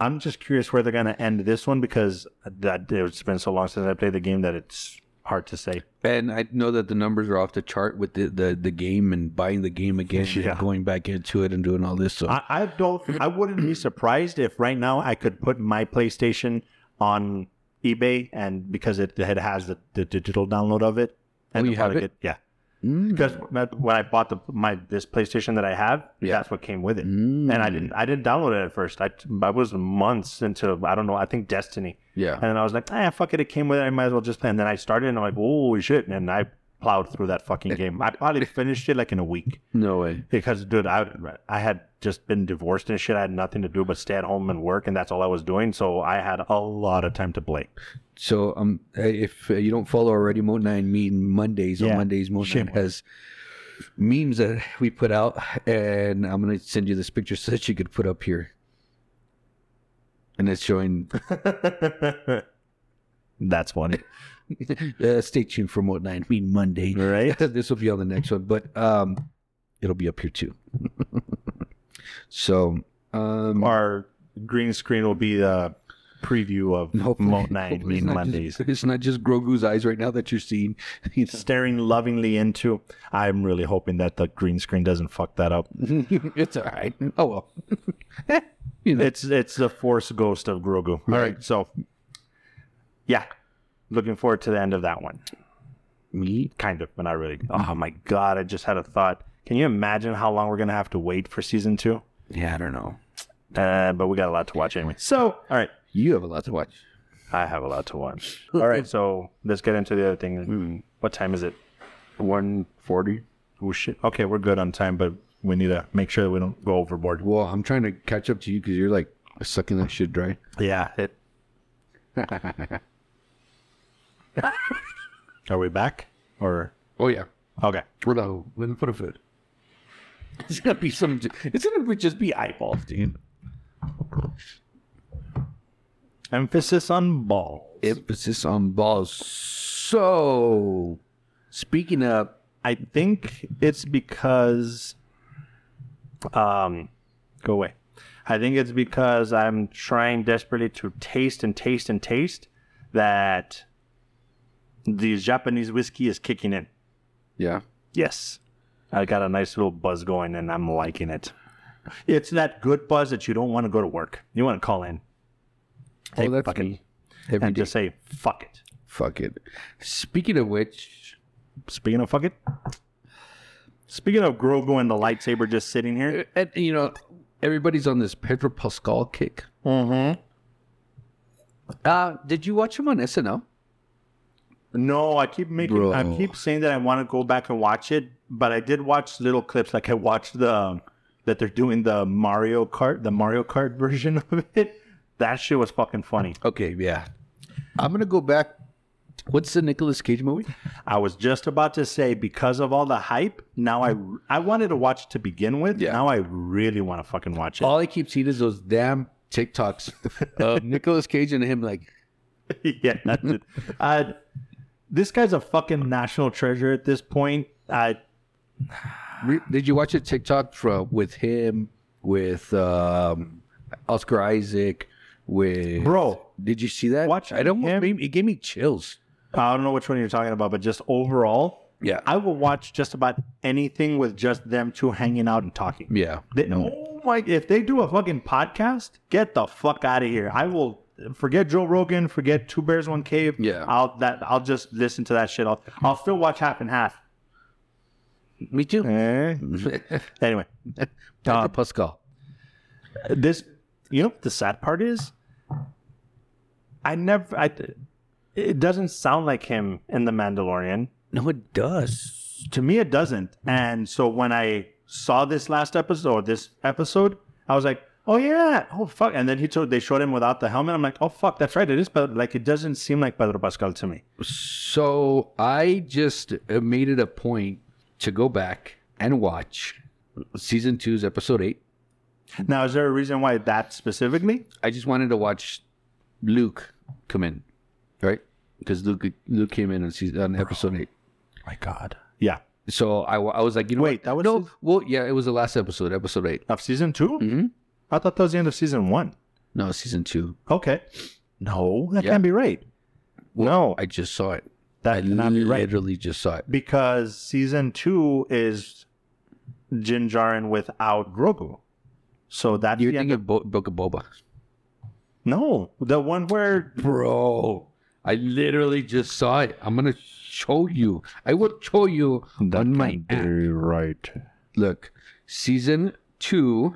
A: I'm just curious where they're going to end this one because that it's been so long since I played the game that it's hard to say.
B: And I know that the numbers are off the chart with the, the, the game and buying the game again,
A: Yeah.
B: and going back into it and doing all this. So
A: I, I don't. I wouldn't be surprised if right now I could put my PlayStation on eBay, and because it, it has the, the digital download of it, and
B: Oh,
A: the
B: you have
A: product
B: it?
A: yeah.
B: Mm.
A: Because that- when I bought the my this PlayStation that I have,
B: Yeah.
A: that's what came with it,
B: Mm.
A: and I didn't I didn't download it at first. I I was months into I don't know. I think Destiny, and
B: yeah,
A: then I was like, ah, fuck it, it came with it. I might as well just play. And then I started, and I'm like, holy shit! And I plowed through that fucking game. I probably finished it like in a week.
B: no way.
A: Because, dude, I I had just been divorced and shit. I had nothing to do but stay at home and work, and that's all I was doing. So I had a lot of time to play.
B: So um, if uh, you don't follow already, Mo Nine Mean Mondays
A: Yeah.
B: on Mondays, Mo
A: Shame
B: Nine has memes that we put out, and I'm gonna send you this picture so that you could put up here. And it's showing.
A: That's funny,
B: Uh, stay tuned for Mo Nine Mean Monday.
A: right?
B: this will be on the next one, but um, it'll be up here too. so um,
A: Our green screen will be uh, preview of
B: Hopefully-
A: Moat Nine
B: hopefully it's
A: Mean
B: not just-
A: Mondays.
B: it's not just Grogu's eyes right now that you're seeing. You know,
A: Staring lovingly into. I'm really hoping that the green screen doesn't fuck that up.
B: it's all right. Oh well. you know,
A: It's it's the Force Ghost of Grogu. All right, so yeah, looking forward to the end of that one.
B: me.
A: Kind of, but not really. Oh my god, I just had a thought. Can you imagine how long we're gonna have to wait for season two?
B: Yeah, I don't know.
A: Uh, but we got a lot to watch anyway. So all right,
B: You have a lot to watch.
A: I have a lot to watch. All right, so let's get into the other thing. What time is it?
B: One forty.
A: Hmm. Oh shit. Okay, we're good on time, but we need to make sure that we don't go overboard.
B: Well, I'm trying to catch up to you because you're like sucking that shit dry.
A: Yeah. It... Are we back? Or
B: Oh yeah.
A: okay.
B: We're low. Let me put a foot. It's gonna be some. It's gonna be just be eyeballs, dude.
A: Emphasis on ball.
B: Emphasis on balls. So, speaking of,
A: I think it's because um go away. I think it's because I'm trying desperately to taste and taste and taste that the Japanese whiskey is kicking in.
B: yeah,
A: Yes. I got a nice little buzz going and I'm liking it. It's that good buzz that you don't want to go to work. You want to call in
B: oh, that's
A: fuck it.
B: me. Every
A: and
B: day.
A: just say fuck it.
B: fuck it. Speaking of which,
A: Speaking of fuck it. Speaking of Grogu and the lightsaber just sitting here.
B: and, you know, everybody's on this Pedro Pascal kick. Mm-hmm. Uh, did you watch him on SNL?
A: No, I keep making. I
B: Bro.
A: keep saying that I want to go back and watch it, but I did watch little clips. Like I watched the um, that they're doing the Mario Kart, the Mario Kart version of it. That shit was fucking funny.
B: Okay, yeah. I'm gonna go back. What's the Nicolas Cage movie?
A: I was just about to say because of all the hype. Now I I wanted to watch it to begin with.
B: Yeah.
A: Now I really want to fucking watch it.
B: All I keep seeing is those damn TikToks of Nicolas Cage and him like
A: yeah, that's it. Uh, this guy's a fucking national treasure at this point. I
B: Re- Did you watch a TikTok from with him with um, Oscar Isaac with
A: bro,
B: Did you see that?
A: Watching
B: I don't.
A: him-
B: Made, me- it gave me chills.
A: I don't know which one you're talking about, but just overall,
B: Yeah.
A: I will watch just about anything with just them two hanging out and talking.
B: Yeah.
A: They- Oh my! If they do a fucking podcast, get the fuck out of here. I will forget Joe Rogan, forget Two Bears One Cave.
B: Yeah.
A: I'll that I'll just listen to that shit. I'll I'll still watch half and half.
B: Me too.
A: Eh.
B: Mm-hmm.
A: anyway,
B: Dr. Pascal.
A: this you know what the sad part is i never i it doesn't sound like him in the mandalorian
B: No, it does.
A: to me it doesn't
B: Mm-hmm.
A: and so when i saw this last episode or this episode i was like oh yeah oh fuck and then he told they showed him without the helmet i'm like oh fuck that's right it is but like it doesn't seem like pedro pascal to
B: Mm-hmm.
A: me
B: So I just uh, made it a point to go back and watch season two's episode eight.
A: now is there a reason why that specifically
B: I just wanted to watch Luke come in, right? Because Luke Luke came in on season on episode eight.
A: my god yeah
B: So I, wa- I was like, you know
A: Wait,
B: what?
A: that was
B: no.
A: his-
B: Well, yeah, it was the last episode, episode eight.
A: of season 2 mm-hmm. i thought that was the end of season one
B: No, season two.
A: okay no that
B: Yeah.
A: can't be right no
B: I just saw it.
A: that
B: I
A: cannot be right
B: literally just saw it.
A: because season two is Jin Djarin without Grogu. So that's
B: You're
A: the end
B: thinking of Bo- Book of Boba,
A: of- no, the one where
B: bro. I literally just saw it. I'm gonna show you. I will show you on my app.
A: right.
B: Look, season two,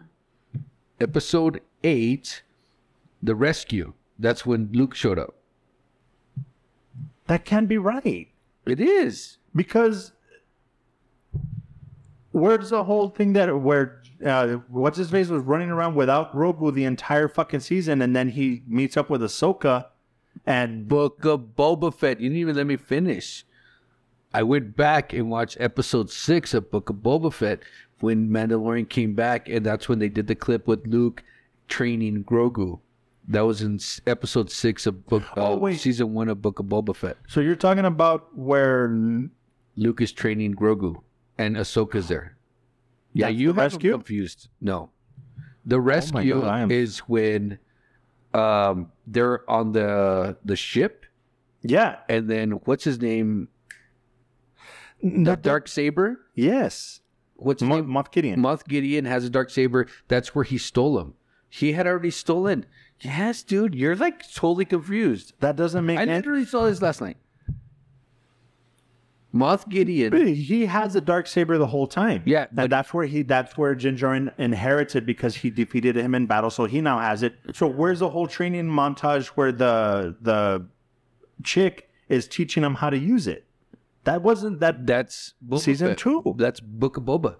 B: episode eight, the rescue. That's when Luke showed up.
A: That can't be right
B: It is.
A: because where's the whole thing that where uh, what's his face was running around without Grogu the entire fucking season, and then he meets up with Ahsoka, and
B: Book of Boba Fett. You didn't even let me finish. I went back and watched episode six of Book of Boba Fett when Mandalorian came back, and that's when they did the clip with Luke training Grogu. That was in s- episode six of book uh,
A: Oh, wait.
B: season one of Book of Boba Fett.
A: so you're talking about where
B: Luke is training Grogu, and Ahsoka's there. Yeah,
A: That's
B: you
A: the Oh
B: have them
A: rescue?
B: confused. No, the rescue
A: God, I am-
B: is when um, they're on the the ship,
A: Yeah.
B: and then what's his name? The dark saber.
A: Yes.
B: What's his
A: Mo-
B: name?
A: Moff Gideon.
B: Moth Gideon has a dark saber. That's where he stole him. He had already stolen. Yes, dude, you're like totally confused.
A: that doesn't make
B: I
A: any.
B: literally saw this last night. Moth Gideon.
A: He has the dark saber the whole time.
B: Yeah, but-
A: and that's where he. That's where Jin Jorin inherited because he defeated him in battle, so he now has it. So where's the whole training montage where the the chick is teaching him how to use it? That wasn't that.
B: That's Boba
A: Season
B: Fett.
A: two.
B: That's Book of Boba.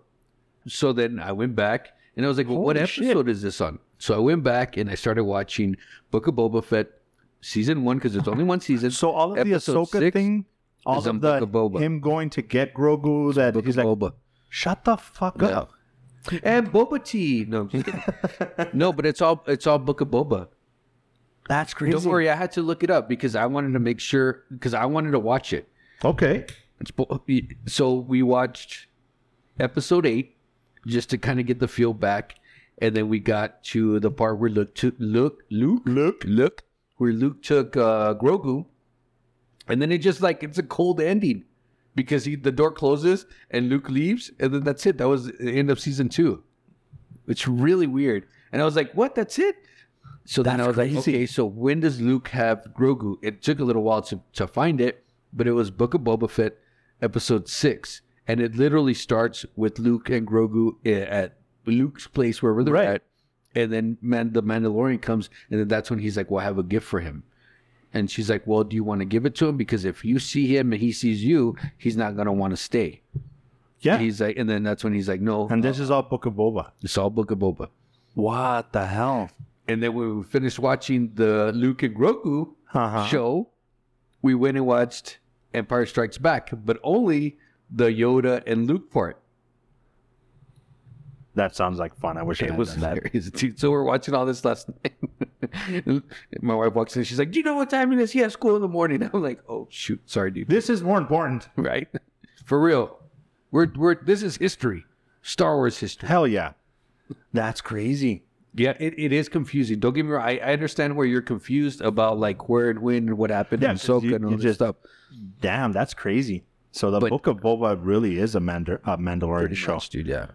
B: So then I went back and I was like, well, what
A: Holy shit.
B: episode is this on? So I went back and I started watching Book of Boba Fett season one because it's only one season.
A: So all of
B: Episode
A: the Ahsoka
B: six
A: thing, all
B: is on
A: of
B: Book
A: the
B: of Boba.
A: him going to get Grogu, that
B: Book
A: he's
B: of
A: like,
B: Boba.
A: shut the fuck up.
B: And "Eh, Boba tea. No, I'm just kidding. no, but it's all it's all Book of Boba.
A: That's crazy.
B: Don't worry, I had to look it up because I wanted to make sure because I wanted to watch it.
A: Okay.
B: It's bo- So we watched episode eight just to kind of get the feel back, and then we got to the part where Luke took Luke Luke
A: Luke.
B: Luke where Luke took uh, Grogu, and then it just like it's a cold ending because he the door closes and Luke leaves, and then that's it. That was the end of season two. It's really weird, and I was like, "What? That's it." So then I was like,
A: crazy.
B: okay, so when does Luke have Grogu? It took a little while to, to find it, but it was Book of Boba Fett, episode six. And it literally starts with Luke and Grogu i- at Luke's place, wherever they're
A: Right.
B: at. And then Man- the Mandalorian comes, and then that's when he's like, well, I have a gift for him. And she's like, well, do you want to give it to him? Because if you see him and he sees you, he's not going to want to stay.
A: Yeah.
B: And he's like, and then that's when he's like, no,
A: and this is all Book of Boba.
B: it's all Book of Boba.
A: What the hell?
B: And then when we finished watching the Luke and Grogu
A: Uh-huh.
B: show, we went and watched Empire Strikes Back, but only the Yoda and Luke part.
A: That sounds like fun. I wish I
B: It
A: had
B: was
A: done that.
B: hilarious, dude. So we're watching all this last night. My wife walks in, she's like, Do you know what time it is? He has school in the morning. I'm like, Oh shoot, sorry, dude.
A: This is more important.
B: Right? For real. We're we're this is history. Star Wars history.
A: Hell yeah. That's crazy.
B: Yeah, it, it is confusing. Don't get me wrong. I, I understand where you're confused about like where and when and what happened
A: Yeah,
B: and
A: 'cause
B: Ahsoka
A: you-
B: and all
A: you
B: this
A: just-
B: stuff.
A: Damn, that's crazy. So the
B: But-
A: Book of Boba really is a, Mandar- a Mandalorian
B: Pretty
A: show.
B: much, dude. Yeah.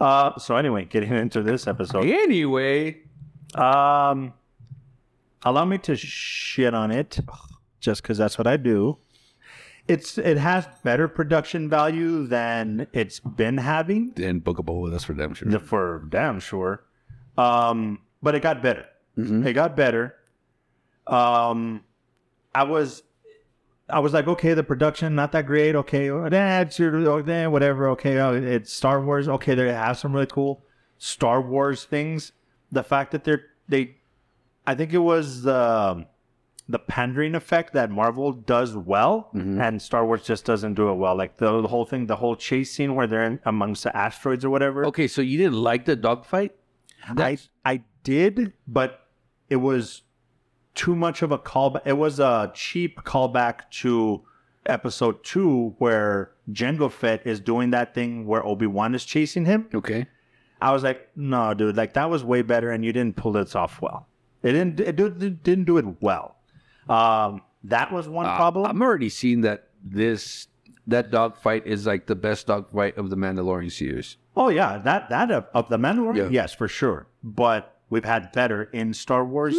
A: Uh, so anyway, getting into this episode.
B: Anyway,
A: Um, allow me to shit on it, just because that's what I do. It's it has better production value than it's been having.
B: and Book of Boba, that's for damn sure.
A: The- for damn sure. Um, but it got better.
B: Mm-hmm.
A: It got better. Um, I was, I was like, okay, the production not that great. Okay, oh, nah, it's your, oh, nah, whatever. Okay, oh, it's Star Wars. Okay, they have some really cool Star Wars things. The fact that they're they, I think it was the the pandering effect that Marvel does well,
B: Mm-hmm.
A: and Star Wars just doesn't do it well. Like the, the whole thing, the whole chase scene where they're in amongst the asteroids or whatever.
B: Okay, so you didn't like the dogfight?
A: I
B: That's-
A: I did, but it was too much of a callback. It was a cheap callback to episode two where Jango Fett is doing that thing where Obi Wan is chasing him.
B: Okay.
A: I was like, no, dude, like that was way better, and you didn't pull this off well. It didn't it do- it didn't do it well. Um, that was one
B: Uh,
A: problem.
B: I'm already seeing that this that dogfight is like the best dogfight of the Mandalorian series.
A: Oh yeah, that that of, of the Mandalorian,
B: Yeah.
A: yes, for sure. But we've had better in Star Wars,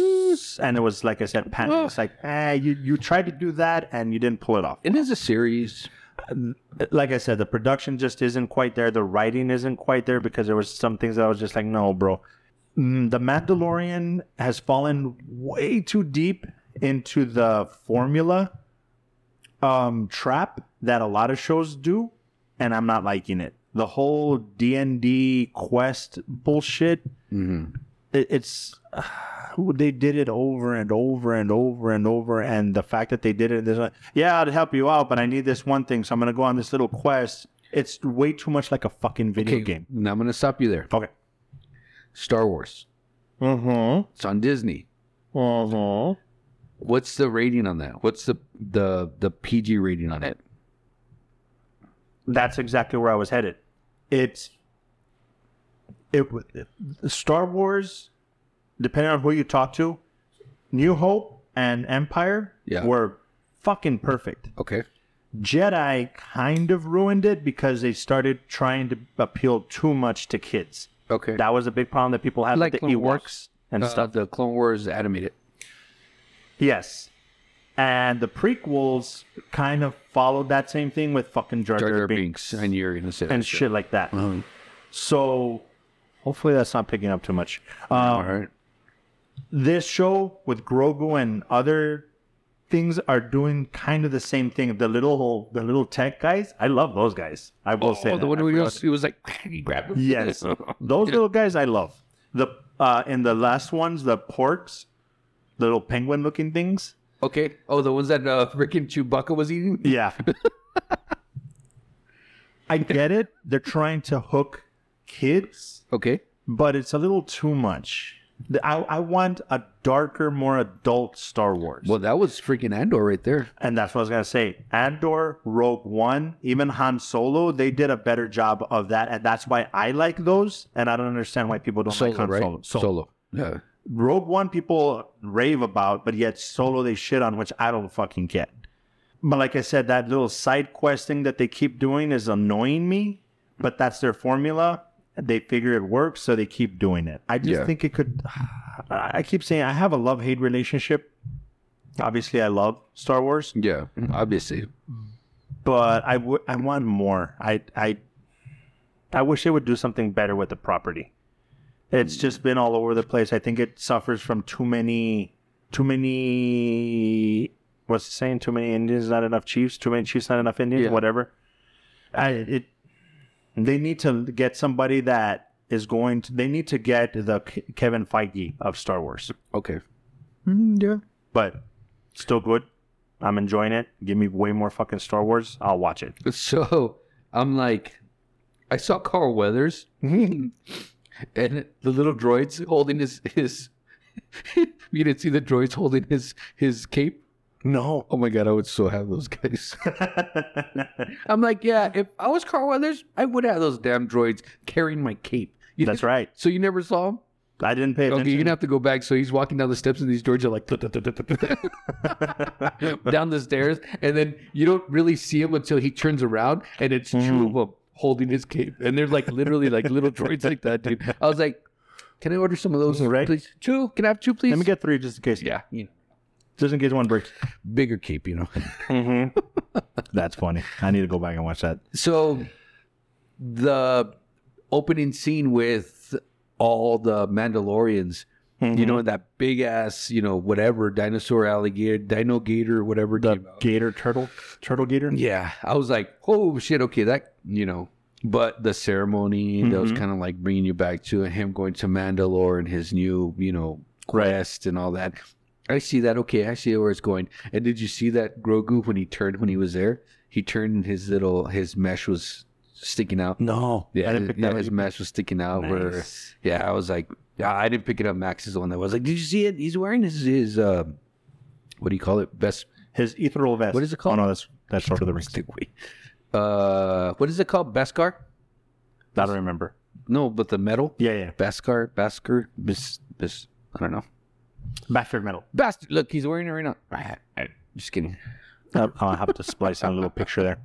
A: and it was like I said, pan. It's like, eh, you you tried to do that and you didn't pull it off.
B: It is a series.
A: Like I said, the production just isn't quite there. The writing isn't quite there because there was some things that I was just like, no, bro. Mm, the Mandalorian has fallen way too deep into the formula um, trap that a lot of shows do, and I'm not liking it. The whole D and D quest bullshit. Mm-hmm. It, it's uh, they did it over and over and over and over, and the fact that they did it, this yeah, I'll help you out, but I need this one thing, so I'm gonna go on this little quest. It's way too much like a fucking video
B: Okay,
A: game.
B: Now I'm gonna stop you there.
A: Okay.
B: Star Wars.
A: Mm-hmm.
B: It's on Disney.
A: Mm-hmm.
B: What's the rating on that? What's the the the PG rating on it?
A: that's exactly where I was headed. It's it, w- Star Wars depending on who you talk to, New Hope and Empire
B: Yeah.
A: were fucking perfect.
B: Okay.
A: Jedi kind of ruined it because they started trying to appeal too much to kids.
B: Okay.
A: That was a big problem that people had
B: Like
A: with the
B: Clone
A: Ewoks
B: Wars.
A: and
B: Uh,
A: stuff.
B: The Clone Wars animated.
A: Yes. And the prequels kind of followed that same thing with fucking Jar
B: Jar Jar
A: Jar
B: Binks.
A: Binks
B: I knew you were gonna say
A: and
B: that
A: shit like that.
B: Uh-huh.
A: So hopefully that's not picking up too much. Uh,
B: All right.
A: this show with Grogu and other things are doing kind of the same thing. The little the little tech guys, I love those guys. I will say
B: Oh,
A: that.
B: the one
A: I
B: where he
A: forgot
B: was, he was like, he grabbed him.
A: Yes, those little guys I love. The uh, in the last ones, the porks, the little penguin-looking things.
B: Okay. Oh, the ones that uh, freaking Chewbacca was eating.
A: Yeah, I get it. They're trying to hook kids,
B: Okay.
A: but it's a little too much. The- I, I want a darker, more adult Star Wars,
B: Well, that was freaking Andor right there.
A: and that's what I was gonna say. Andor, Rogue One, even Han Solo, they did a better job of that, and that's why I like those. And I don't understand why people don't like Han Solo. Solo.
B: Yeah.
A: Rogue One people rave about, but yet Solo they shit on, which I don't fucking get. But like I said, that little side quest thing that they keep doing is annoying me, but that's their formula. They figure it works, so they keep doing it. I just
B: Yeah.
A: think it could. I keep saying I have a love hate relationship. Obviously, I love Star Wars,
B: Yeah. Obviously.
A: but I w- I want more. I I I wish they would do something better with the property. It's just been all over the place. I think it suffers from too many too many what's the saying? Too many Indians, not enough Chiefs. Too many Chiefs, not enough Indians.
B: Yeah.
A: Whatever. I it they need to get somebody that is going to. They need to get the Ke- Kevin Feige of Star Wars,
B: Okay. Mm,
C: yeah.
A: but still good. I'm enjoying it. Give me way more fucking Star Wars. I'll watch it.
B: So I'm like, I saw Carl Weathers
A: Mm-hmm.
B: and the little droids holding his his. you didn't see the droids holding his his cape.
A: No.
B: Oh my god, I would so have those guys. I'm like, yeah, if I was Carl Weathers, I would have those damn droids carrying my cape. You
A: That's right.
B: So you never saw him?
A: I didn't pay
B: Okay, you're
A: attention.
B: gonna have to go back. So he's walking down the steps, and these droids are like down the stairs, and then you don't really see him until he turns around, and it's
A: Hmm.
B: two of them holding his cape, and they're like literally like little droids like that, dude. I was like, "Can I order some of those,
A: Right.
B: please? Two? Can I have two, please?"
A: Let me get three just in case.
B: yeah, you know,
A: Just in case one breaks.
B: bigger cape, you know.
A: That's funny. I need to go back and watch that.
B: So the opening scene with all the Mandalorians,
A: Mm-hmm.
B: you know, that big ass, you know, whatever dinosaur alligator, dino gator, whatever
A: The
B: came out.
A: gator turtle. Turtle gator?
B: Yeah, I was like, oh shit, okay, that you know. But the ceremony that
A: Mm-hmm.
B: was kind of like bringing you back to him going to Mandalore and his new, you know, quest and all that. I see that. Okay, I see where it's going. And did you see that Grogu when he turned when he was there? He turned and his little his mesh was sticking out.
A: No.
B: Yeah,
A: Mm, I didn't
B: his-
A: pick
B: yeah,
A: that
B: his
A: up.
B: mesh was sticking out. Where,
A: Nice.
B: yeah, I was like, yeah, I didn't pick it up. Max is the one that was like, did you see it? He's wearing his his uh, what do you call it? Best
A: His ethereal vest.
B: What is it called?
A: Oh, no, that's, that's Lord of the Rings.
B: Did we? Uh, what is it called? Beskar?
A: I don't remember.
B: No, but the metal.
A: Yeah, yeah.
B: Beskar, Basker, Bis, Bis. I don't know.
A: Bastard metal.
B: Bastard. Look, he's wearing it right now. Ah, ah, Just kidding.
A: Uh, I'll have to splice in a little picture there.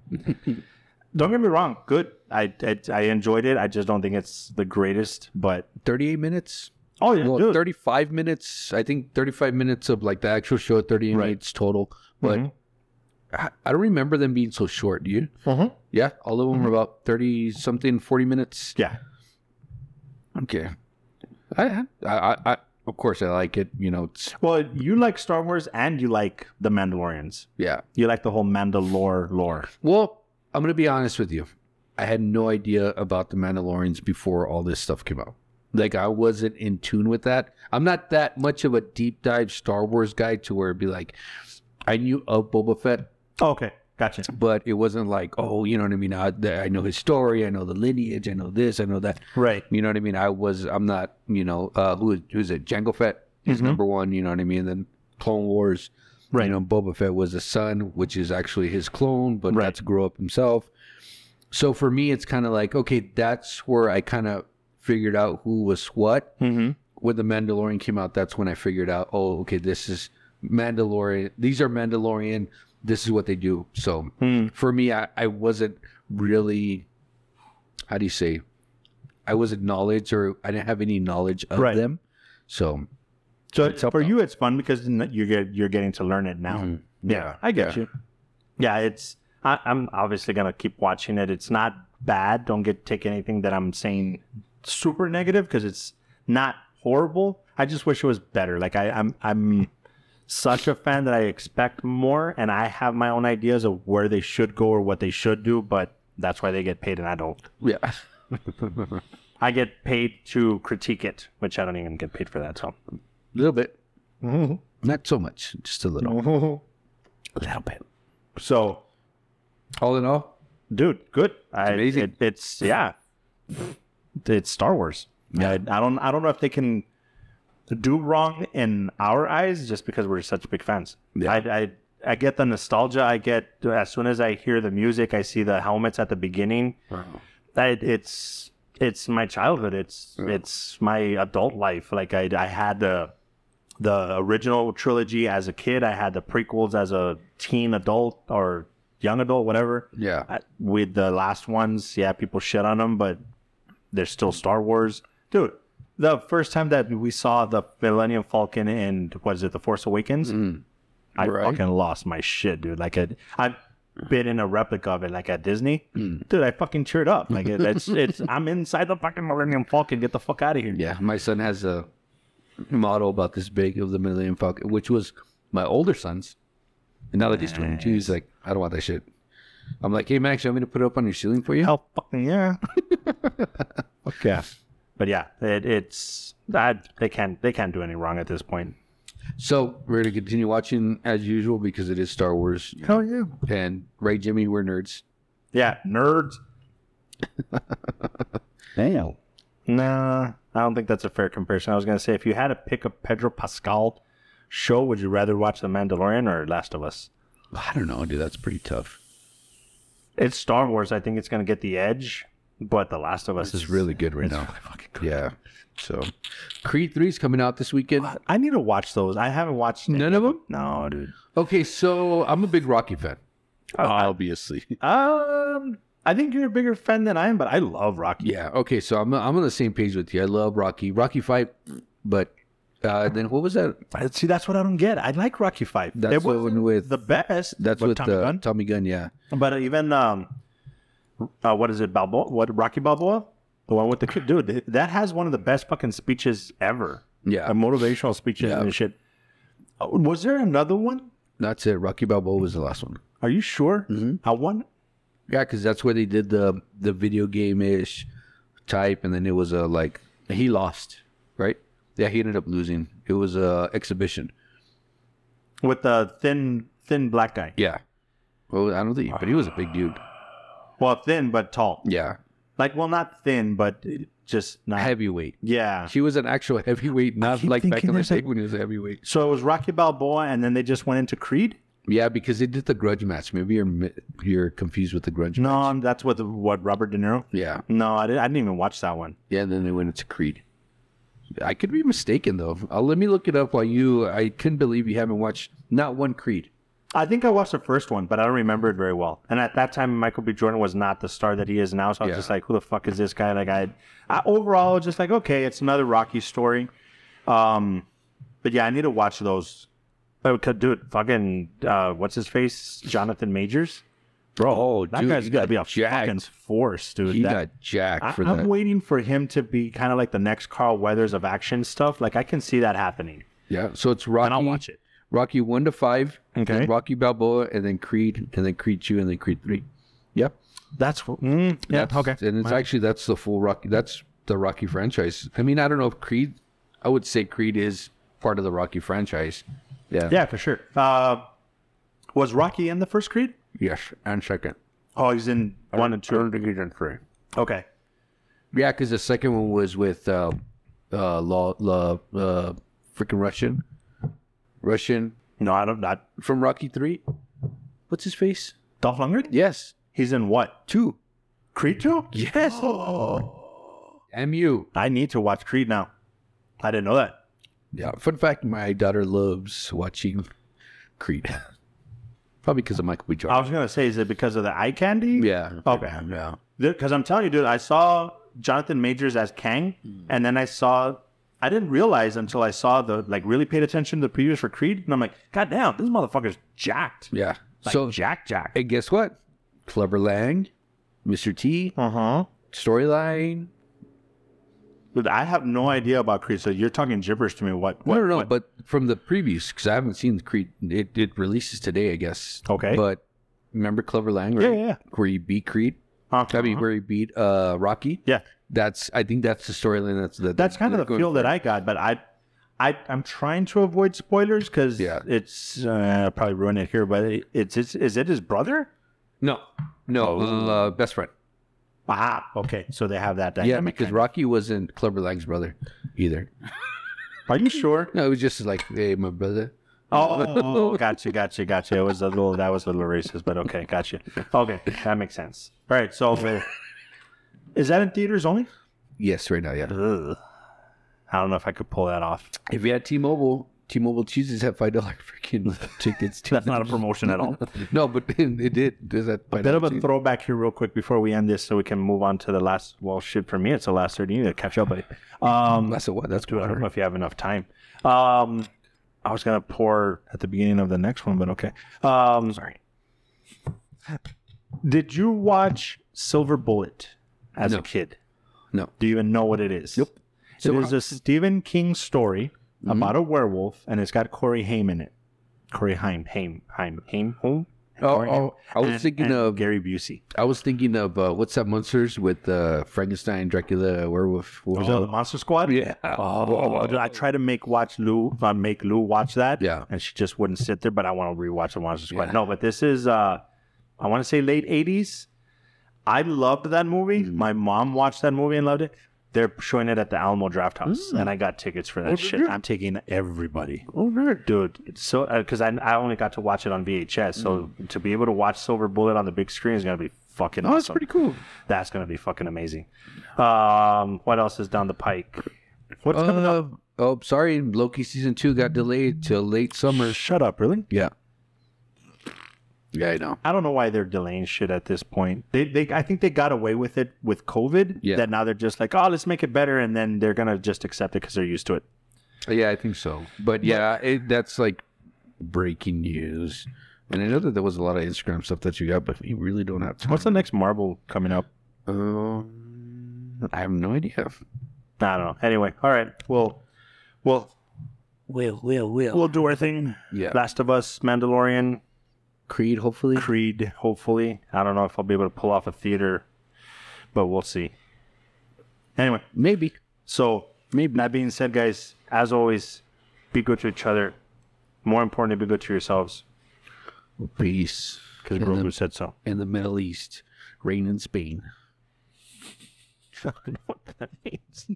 A: Don't get me wrong. Good. I, I I enjoyed it. I just don't think it's the greatest, but.
B: Thirty-eight minutes.
A: Oh, yeah,
B: Well,
A: dude.
B: thirty-five minutes. I think thirty-five minutes of like the actual show. Thirty-eight
A: Right. Mm-hmm.
B: minutes total. But I, I don't remember them being so short. Do you?
A: Mhm.
B: Yeah, all of them were about thirty something, forty minutes.
A: Yeah.
B: Okay. I, I, I, I, of course, I like it. You know, it's,
A: Well, you like Star Wars and you like The Mandalorians.
B: yeah.
A: You like the whole Mandalore lore.
B: Well, I'm going to be honest with you. I had no idea about the Mandalorians before all this stuff came out. Like I wasn't in tune with that. I'm not that much of a deep dive Star Wars guy to where it'd be like, I knew of Boba Fett,
A: Oh, okay. Gotcha.
B: but it wasn't like, oh, you know what I mean. I, I know his story. I know the lineage. I know this. I know that.
A: Right.
B: You know what I mean? I was, I'm not, you know, uh, who is, who's it? Jango Fett is number one, you know what I mean? Then Clone Wars,
A: Mm-hmm. Right.
B: You know, Boba Fett was the son, which is actually his clone, but
A: Right.
B: that's grow up himself. So for me, it's kind of like, okay, that's where I kind of figured out who was what,
A: Mm-hmm.
B: when the Mandalorian came out, that's when I figured out, oh, okay, this is Mandalorian. These are Mandalorian. This is what they do. So for me, I, I wasn't really, how do you say, I wasn't knowledge or I didn't have any knowledge of
A: Right.
B: them. So
A: So
B: It's up
A: for
B: now.
A: you, it's fun because n- you get you're getting to learn it now. Mm-hmm. Yeah, I get you. Yeah, it's I, I'm obviously gonna keep watching it. It's not bad. Don't get take anything that I'm saying super negative because it's not horrible. I just wish it was better. Like I, I'm I'm such a fan that I expect more, and I have my own ideas of where they should go or what they should do. But that's why they get paid, and I don't.
B: yeah,
A: I get paid to critique it, which I don't even get paid for that. So.
B: A little bit. Not so much, just a little. Mm-hmm. A little bit.
A: So,
B: All in all,
A: dude, good. I,
B: amazing.
A: it- it's yeah, it's Star Wars. I, I don't. I don't know if they can do wrong in our eyes just because we're such big fans.
B: Yeah.
A: I, I I get the nostalgia. I get as soon as I hear the music, I see the helmets at the beginning. I, it's it's my childhood. It's it's my adult life. Like I I had the the original trilogy as a kid. I had the prequels as a teen adult or young adult, whatever.
B: yeah.
A: I, with the last ones, yeah, people shit on them, but they're still Star Wars, dude. The first time that we saw the Millennium Falcon and what is it, The Force Awakens, I
B: Right.
A: fucking lost my shit, dude. Like I, I've been in a replica of it, like at Disney, dude. I fucking cheered up. Like it, it's, it's, I'm inside the fucking Millennium Falcon. Get the fuck out of here.
B: Yeah, my son has a model about this big of the Millennium Falcon, which was my older son's. And now that he's 22, he's like, I don't want that shit. I'm like, hey, Max, you want me to put it up on your ceiling for you?
A: Hell fucking yeah. fuck yeah. But yeah, it, it's that they can't they can't do any wrong at this point.
B: So we're going to continue watching as usual because it is Star Wars.
A: Hell yeah.
B: And Ray Jimmy, we're nerds.
A: Yeah, nerds.
C: Damn.
A: Nah, I don't think that's a fair comparison. I was gonna say if you had to pick a Pedro Pascal show, would you rather watch The Mandalorian or Last of Us?
B: I don't know, dude. That's pretty tough.
A: It's Star Wars. I think it's gonna get the edge, but The Last of Us
B: This
A: is
B: is really good right now. Yeah. So Creed 3 is coming out this weekend.
A: I need to watch those. I haven't watched any
B: None of them?
A: No, dude.
B: Okay, so I'm a big Rocky fan. Obviously.
A: Um, I think you're a bigger fan than I am, but I love Rocky.
B: Yeah. Okay. So I'm I'm on the same page with you. I love Rocky. Rocky Fight, but uh, then what was that?
A: I- See, that's what I don't get. I like Rocky Five.
B: That's
A: It
B: the
A: wasn't
B: one with-
A: the best.
B: That's
A: but
B: with
A: Tommy
B: uh,
A: Gunn.
B: Tommy Gunn. Yeah.
A: But even um, uh, what is it, Balboa? What Rocky Balboa? The one with the kid, dude. That has one of the best fucking speeches ever.
B: Yeah.
A: Uh, motivational speeches
B: Yeah.
A: and shit. Uh, was there another one?
B: That's it. Rocky Balboa was the last one.
A: Are you sure? Mm-hmm. I won.
B: Yeah, because that's where they did the the video game ish type, and then it was a like he lost, right? Yeah, he ended up losing. It was a exhibition.
A: with the thin, thin black guy.
B: Yeah. Well, I don't think, but he was a big dude.
A: Well, thin but tall.
B: Yeah.
A: Like, well, not thin, but uh, just not.
B: Heavyweight.
A: Yeah.
B: He was an actual heavyweight, not
A: keep
B: like back
A: thinking
B: in the
A: there's a-
B: day when he was a heavyweight.
A: So it was Rocky Balboa, and then they just went into Creed.
B: Yeah, because they did the grudge match. Maybe you're mi- you're confused with the grudge.
A: No, um, that's what the, what Robert De Niro.
B: Yeah,
A: No, I didn't, I didn't even watch that one.
B: yeah. And then they went into Creed. I could be mistaken though. i let me look it up while you. I couldn't believe you haven't watched not one Creed.
A: I think I watched the first one, but I don't remember it very well. And at that time, Michael B. Jordan was not the star that he is now. So I was
B: Yeah.
A: just like, "Who the fuck is this guy?" Like I, I overall just like, okay, it's another Rocky story. Um, but yeah, I need to watch those. Oh, c- dude, fucking uh, what's his face, Jonathan Majors, bro.
B: Oh,
A: that
B: dude,
A: guy's
B: he
A: got to
B: got
A: be a
B: jacked.
A: fucking force, dude.
B: He
A: That-
B: got jacked for
A: I,
B: that.
A: am waiting for him to be kind of like the next Carl Weathers of action stuff. Like I can see that happening,
B: yeah. So it's Rocky.
A: and I'll watch it.
B: Rocky one to five.
A: Okay.
B: then Rocky Balboa, and then Creed, and then Creed two, and then Creed three. Yep.
A: That's wh- mm, yeah,
B: That's-
A: okay.
B: And it's actually that's the full Rocky. That's the Rocky franchise. I mean, I don't know if Creed. I would say Creed is part of the Rocky franchise. Yeah.
A: Yeah, for sure. Uh, was Rocky in the first Creed?
B: Yes, and second.
A: Oh, he's in one and two. Okay.
B: Yeah, because the second one was with uh, uh, law, law, uh, freaking Russian, Russian
A: No, I don't. Not
B: from Rocky Three. What's his face?
A: Dolph Lundgren.
B: Yes,
A: He's in what?
B: two.
A: Creed two?
B: Yes.
A: Oh,
B: Mu.
A: I need to watch Creed now. I didn't know that.
B: Yeah. Fun fact: My daughter loves watching Creed. Probably because of Michael B.
A: I
B: Jordan.
A: was gonna say, is it because of the eye candy?
B: Oh, yeah.
A: Okay.
B: Yeah.
A: Because I'm telling you, dude, I saw Jonathan Majors as Kang,
B: Hmm.
A: and then I saw. I didn't realize until I saw the like really paid attention to the previews for Creed, and I'm like, God damn, this motherfucker's jacked.
B: Yeah.
A: Like,
B: so
A: Jack Jack.
B: and guess what? Clever Lang, Mr. T,
A: Uh huh.
B: storyline.
A: Dude, I have no idea about Creed, so you're talking gibberish to me. What?
B: No,
A: what
B: no, no. But from the previews, because I haven't seen Creed. It, it releases today, I guess.
A: Okay.
B: But remember Clever Lang,
A: yeah,
B: right?
A: yeah.
B: Where he beat Creed.
A: yeah.
B: I mean, where he beat uh, Rocky.
A: Yeah.
B: That's. I think that's the storyline. That's the.
A: That's kind of the feel that I got, but I, I, I'm trying to avoid spoilers because
B: Yeah.
A: it's uh, I'll probably ruin it here. But it, it's, it's is it his brother?
B: No, no.
A: Oh.
B: Uh, best friend.
A: Ah, okay. So they have that
B: yeah,
A: dynamic.
B: because Rocky wasn't Clever Lang's brother either.
A: Are you sure?
B: No, it was just like, hey, my brother.
A: Oh, oh, oh, gotcha, gotcha, gotcha. It was a little that was a little racist, but okay, gotcha. Okay, that makes sense. All right, so uh, is that in theaters only?
B: Yes, right now, yeah.
A: Ugh. I don't know if I could pull that off.
B: If you had T-Mobile, T-Mobile chooses have five dollar freaking tickets. Too.
A: That's not a promotion at all.
B: no, but it did. Does that
A: A bit of a throwback here, real quick, before we end this, so we can move on to the last. Well, shit, for me, it's the last thirty. You need to catch up, buddy. Um,
B: That's a what? That's
A: dude, I don't know
B: water.
A: if you have enough time. Um, I was gonna pour at the beginning of the next one, but okay. Um, Sorry. Did you watch Silver Bullet as a
B: No.
A: kid?
B: No.
A: Do you even know what it is?
B: Yep. So, Mm-hmm.
A: it is a Stephen King story about a werewolf, and it's got Corey Haim in it. Corey Haim, Haim, Haim, Haim, who?
B: Oh,
A: Corey Haim.
B: oh, I was
A: And-
B: thinking
A: and
B: of
A: Gary Busey.
B: I was thinking of uh, what's that monsters with uh, Frankenstein, Dracula, werewolf. What was
A: Oh, the Monster Squad.
B: that? Yeah.
A: Oh, dude, I tried to make watch Lou, uh, make Lou watch that.
B: Yeah.
A: and she just wouldn't sit there. But I want to rewatch the Monster Squad. No, but this is, uh, I want to say late '80s. I loved that movie. My mom watched that movie and loved it. They're showing it at the Alamo Draft House, and I got tickets for that shit. I'm taking everybody. Oh, dude! It's So, because I I only got to watch it on VHS, so to be able to watch Silver Bullet on the big screen is gonna be fucking.
B: Oh, that's
A: awesome.
B: pretty cool.
A: That's gonna be fucking amazing. Um, what else is down the pike? What's coming up?
B: Uh, oh, sorry, Loki season two got delayed till late summer.
A: Shut up, really?
B: Yeah. Yeah, I know.
A: I don't know why they're delaying shit at this point. They, they, I think they got away with it with COVID.
B: Yeah.
A: That now they're just like, oh, let's make it better, and then they're gonna just accept it because they're used to it.
B: Yeah, I think so. But yeah, it, that's like breaking news. And I know that there was a lot of Instagram stuff that you got, but we really don't have time.
A: What's the next Marvel coming up?
B: Um, I have no idea.
A: I don't know. Anyway, all right, we'll, we'll,
C: Will, will, will.
A: we'll do our thing.
B: Yeah.
A: Last of Us, Mandalorian,
B: Creed, hopefully.
A: Creed. Hopefully, I don't know if I'll be able to pull off a theater, but we'll see. Anyway,
B: Maybe.
A: So,
B: Maybe.
A: that being said, guys, as always, be good to each other. More importantly, be good to yourselves
B: Peace.
A: because
B: And
A: Grogu
B: then-
A: said so.
B: In the Middle East, rain in Spain.
A: what that means.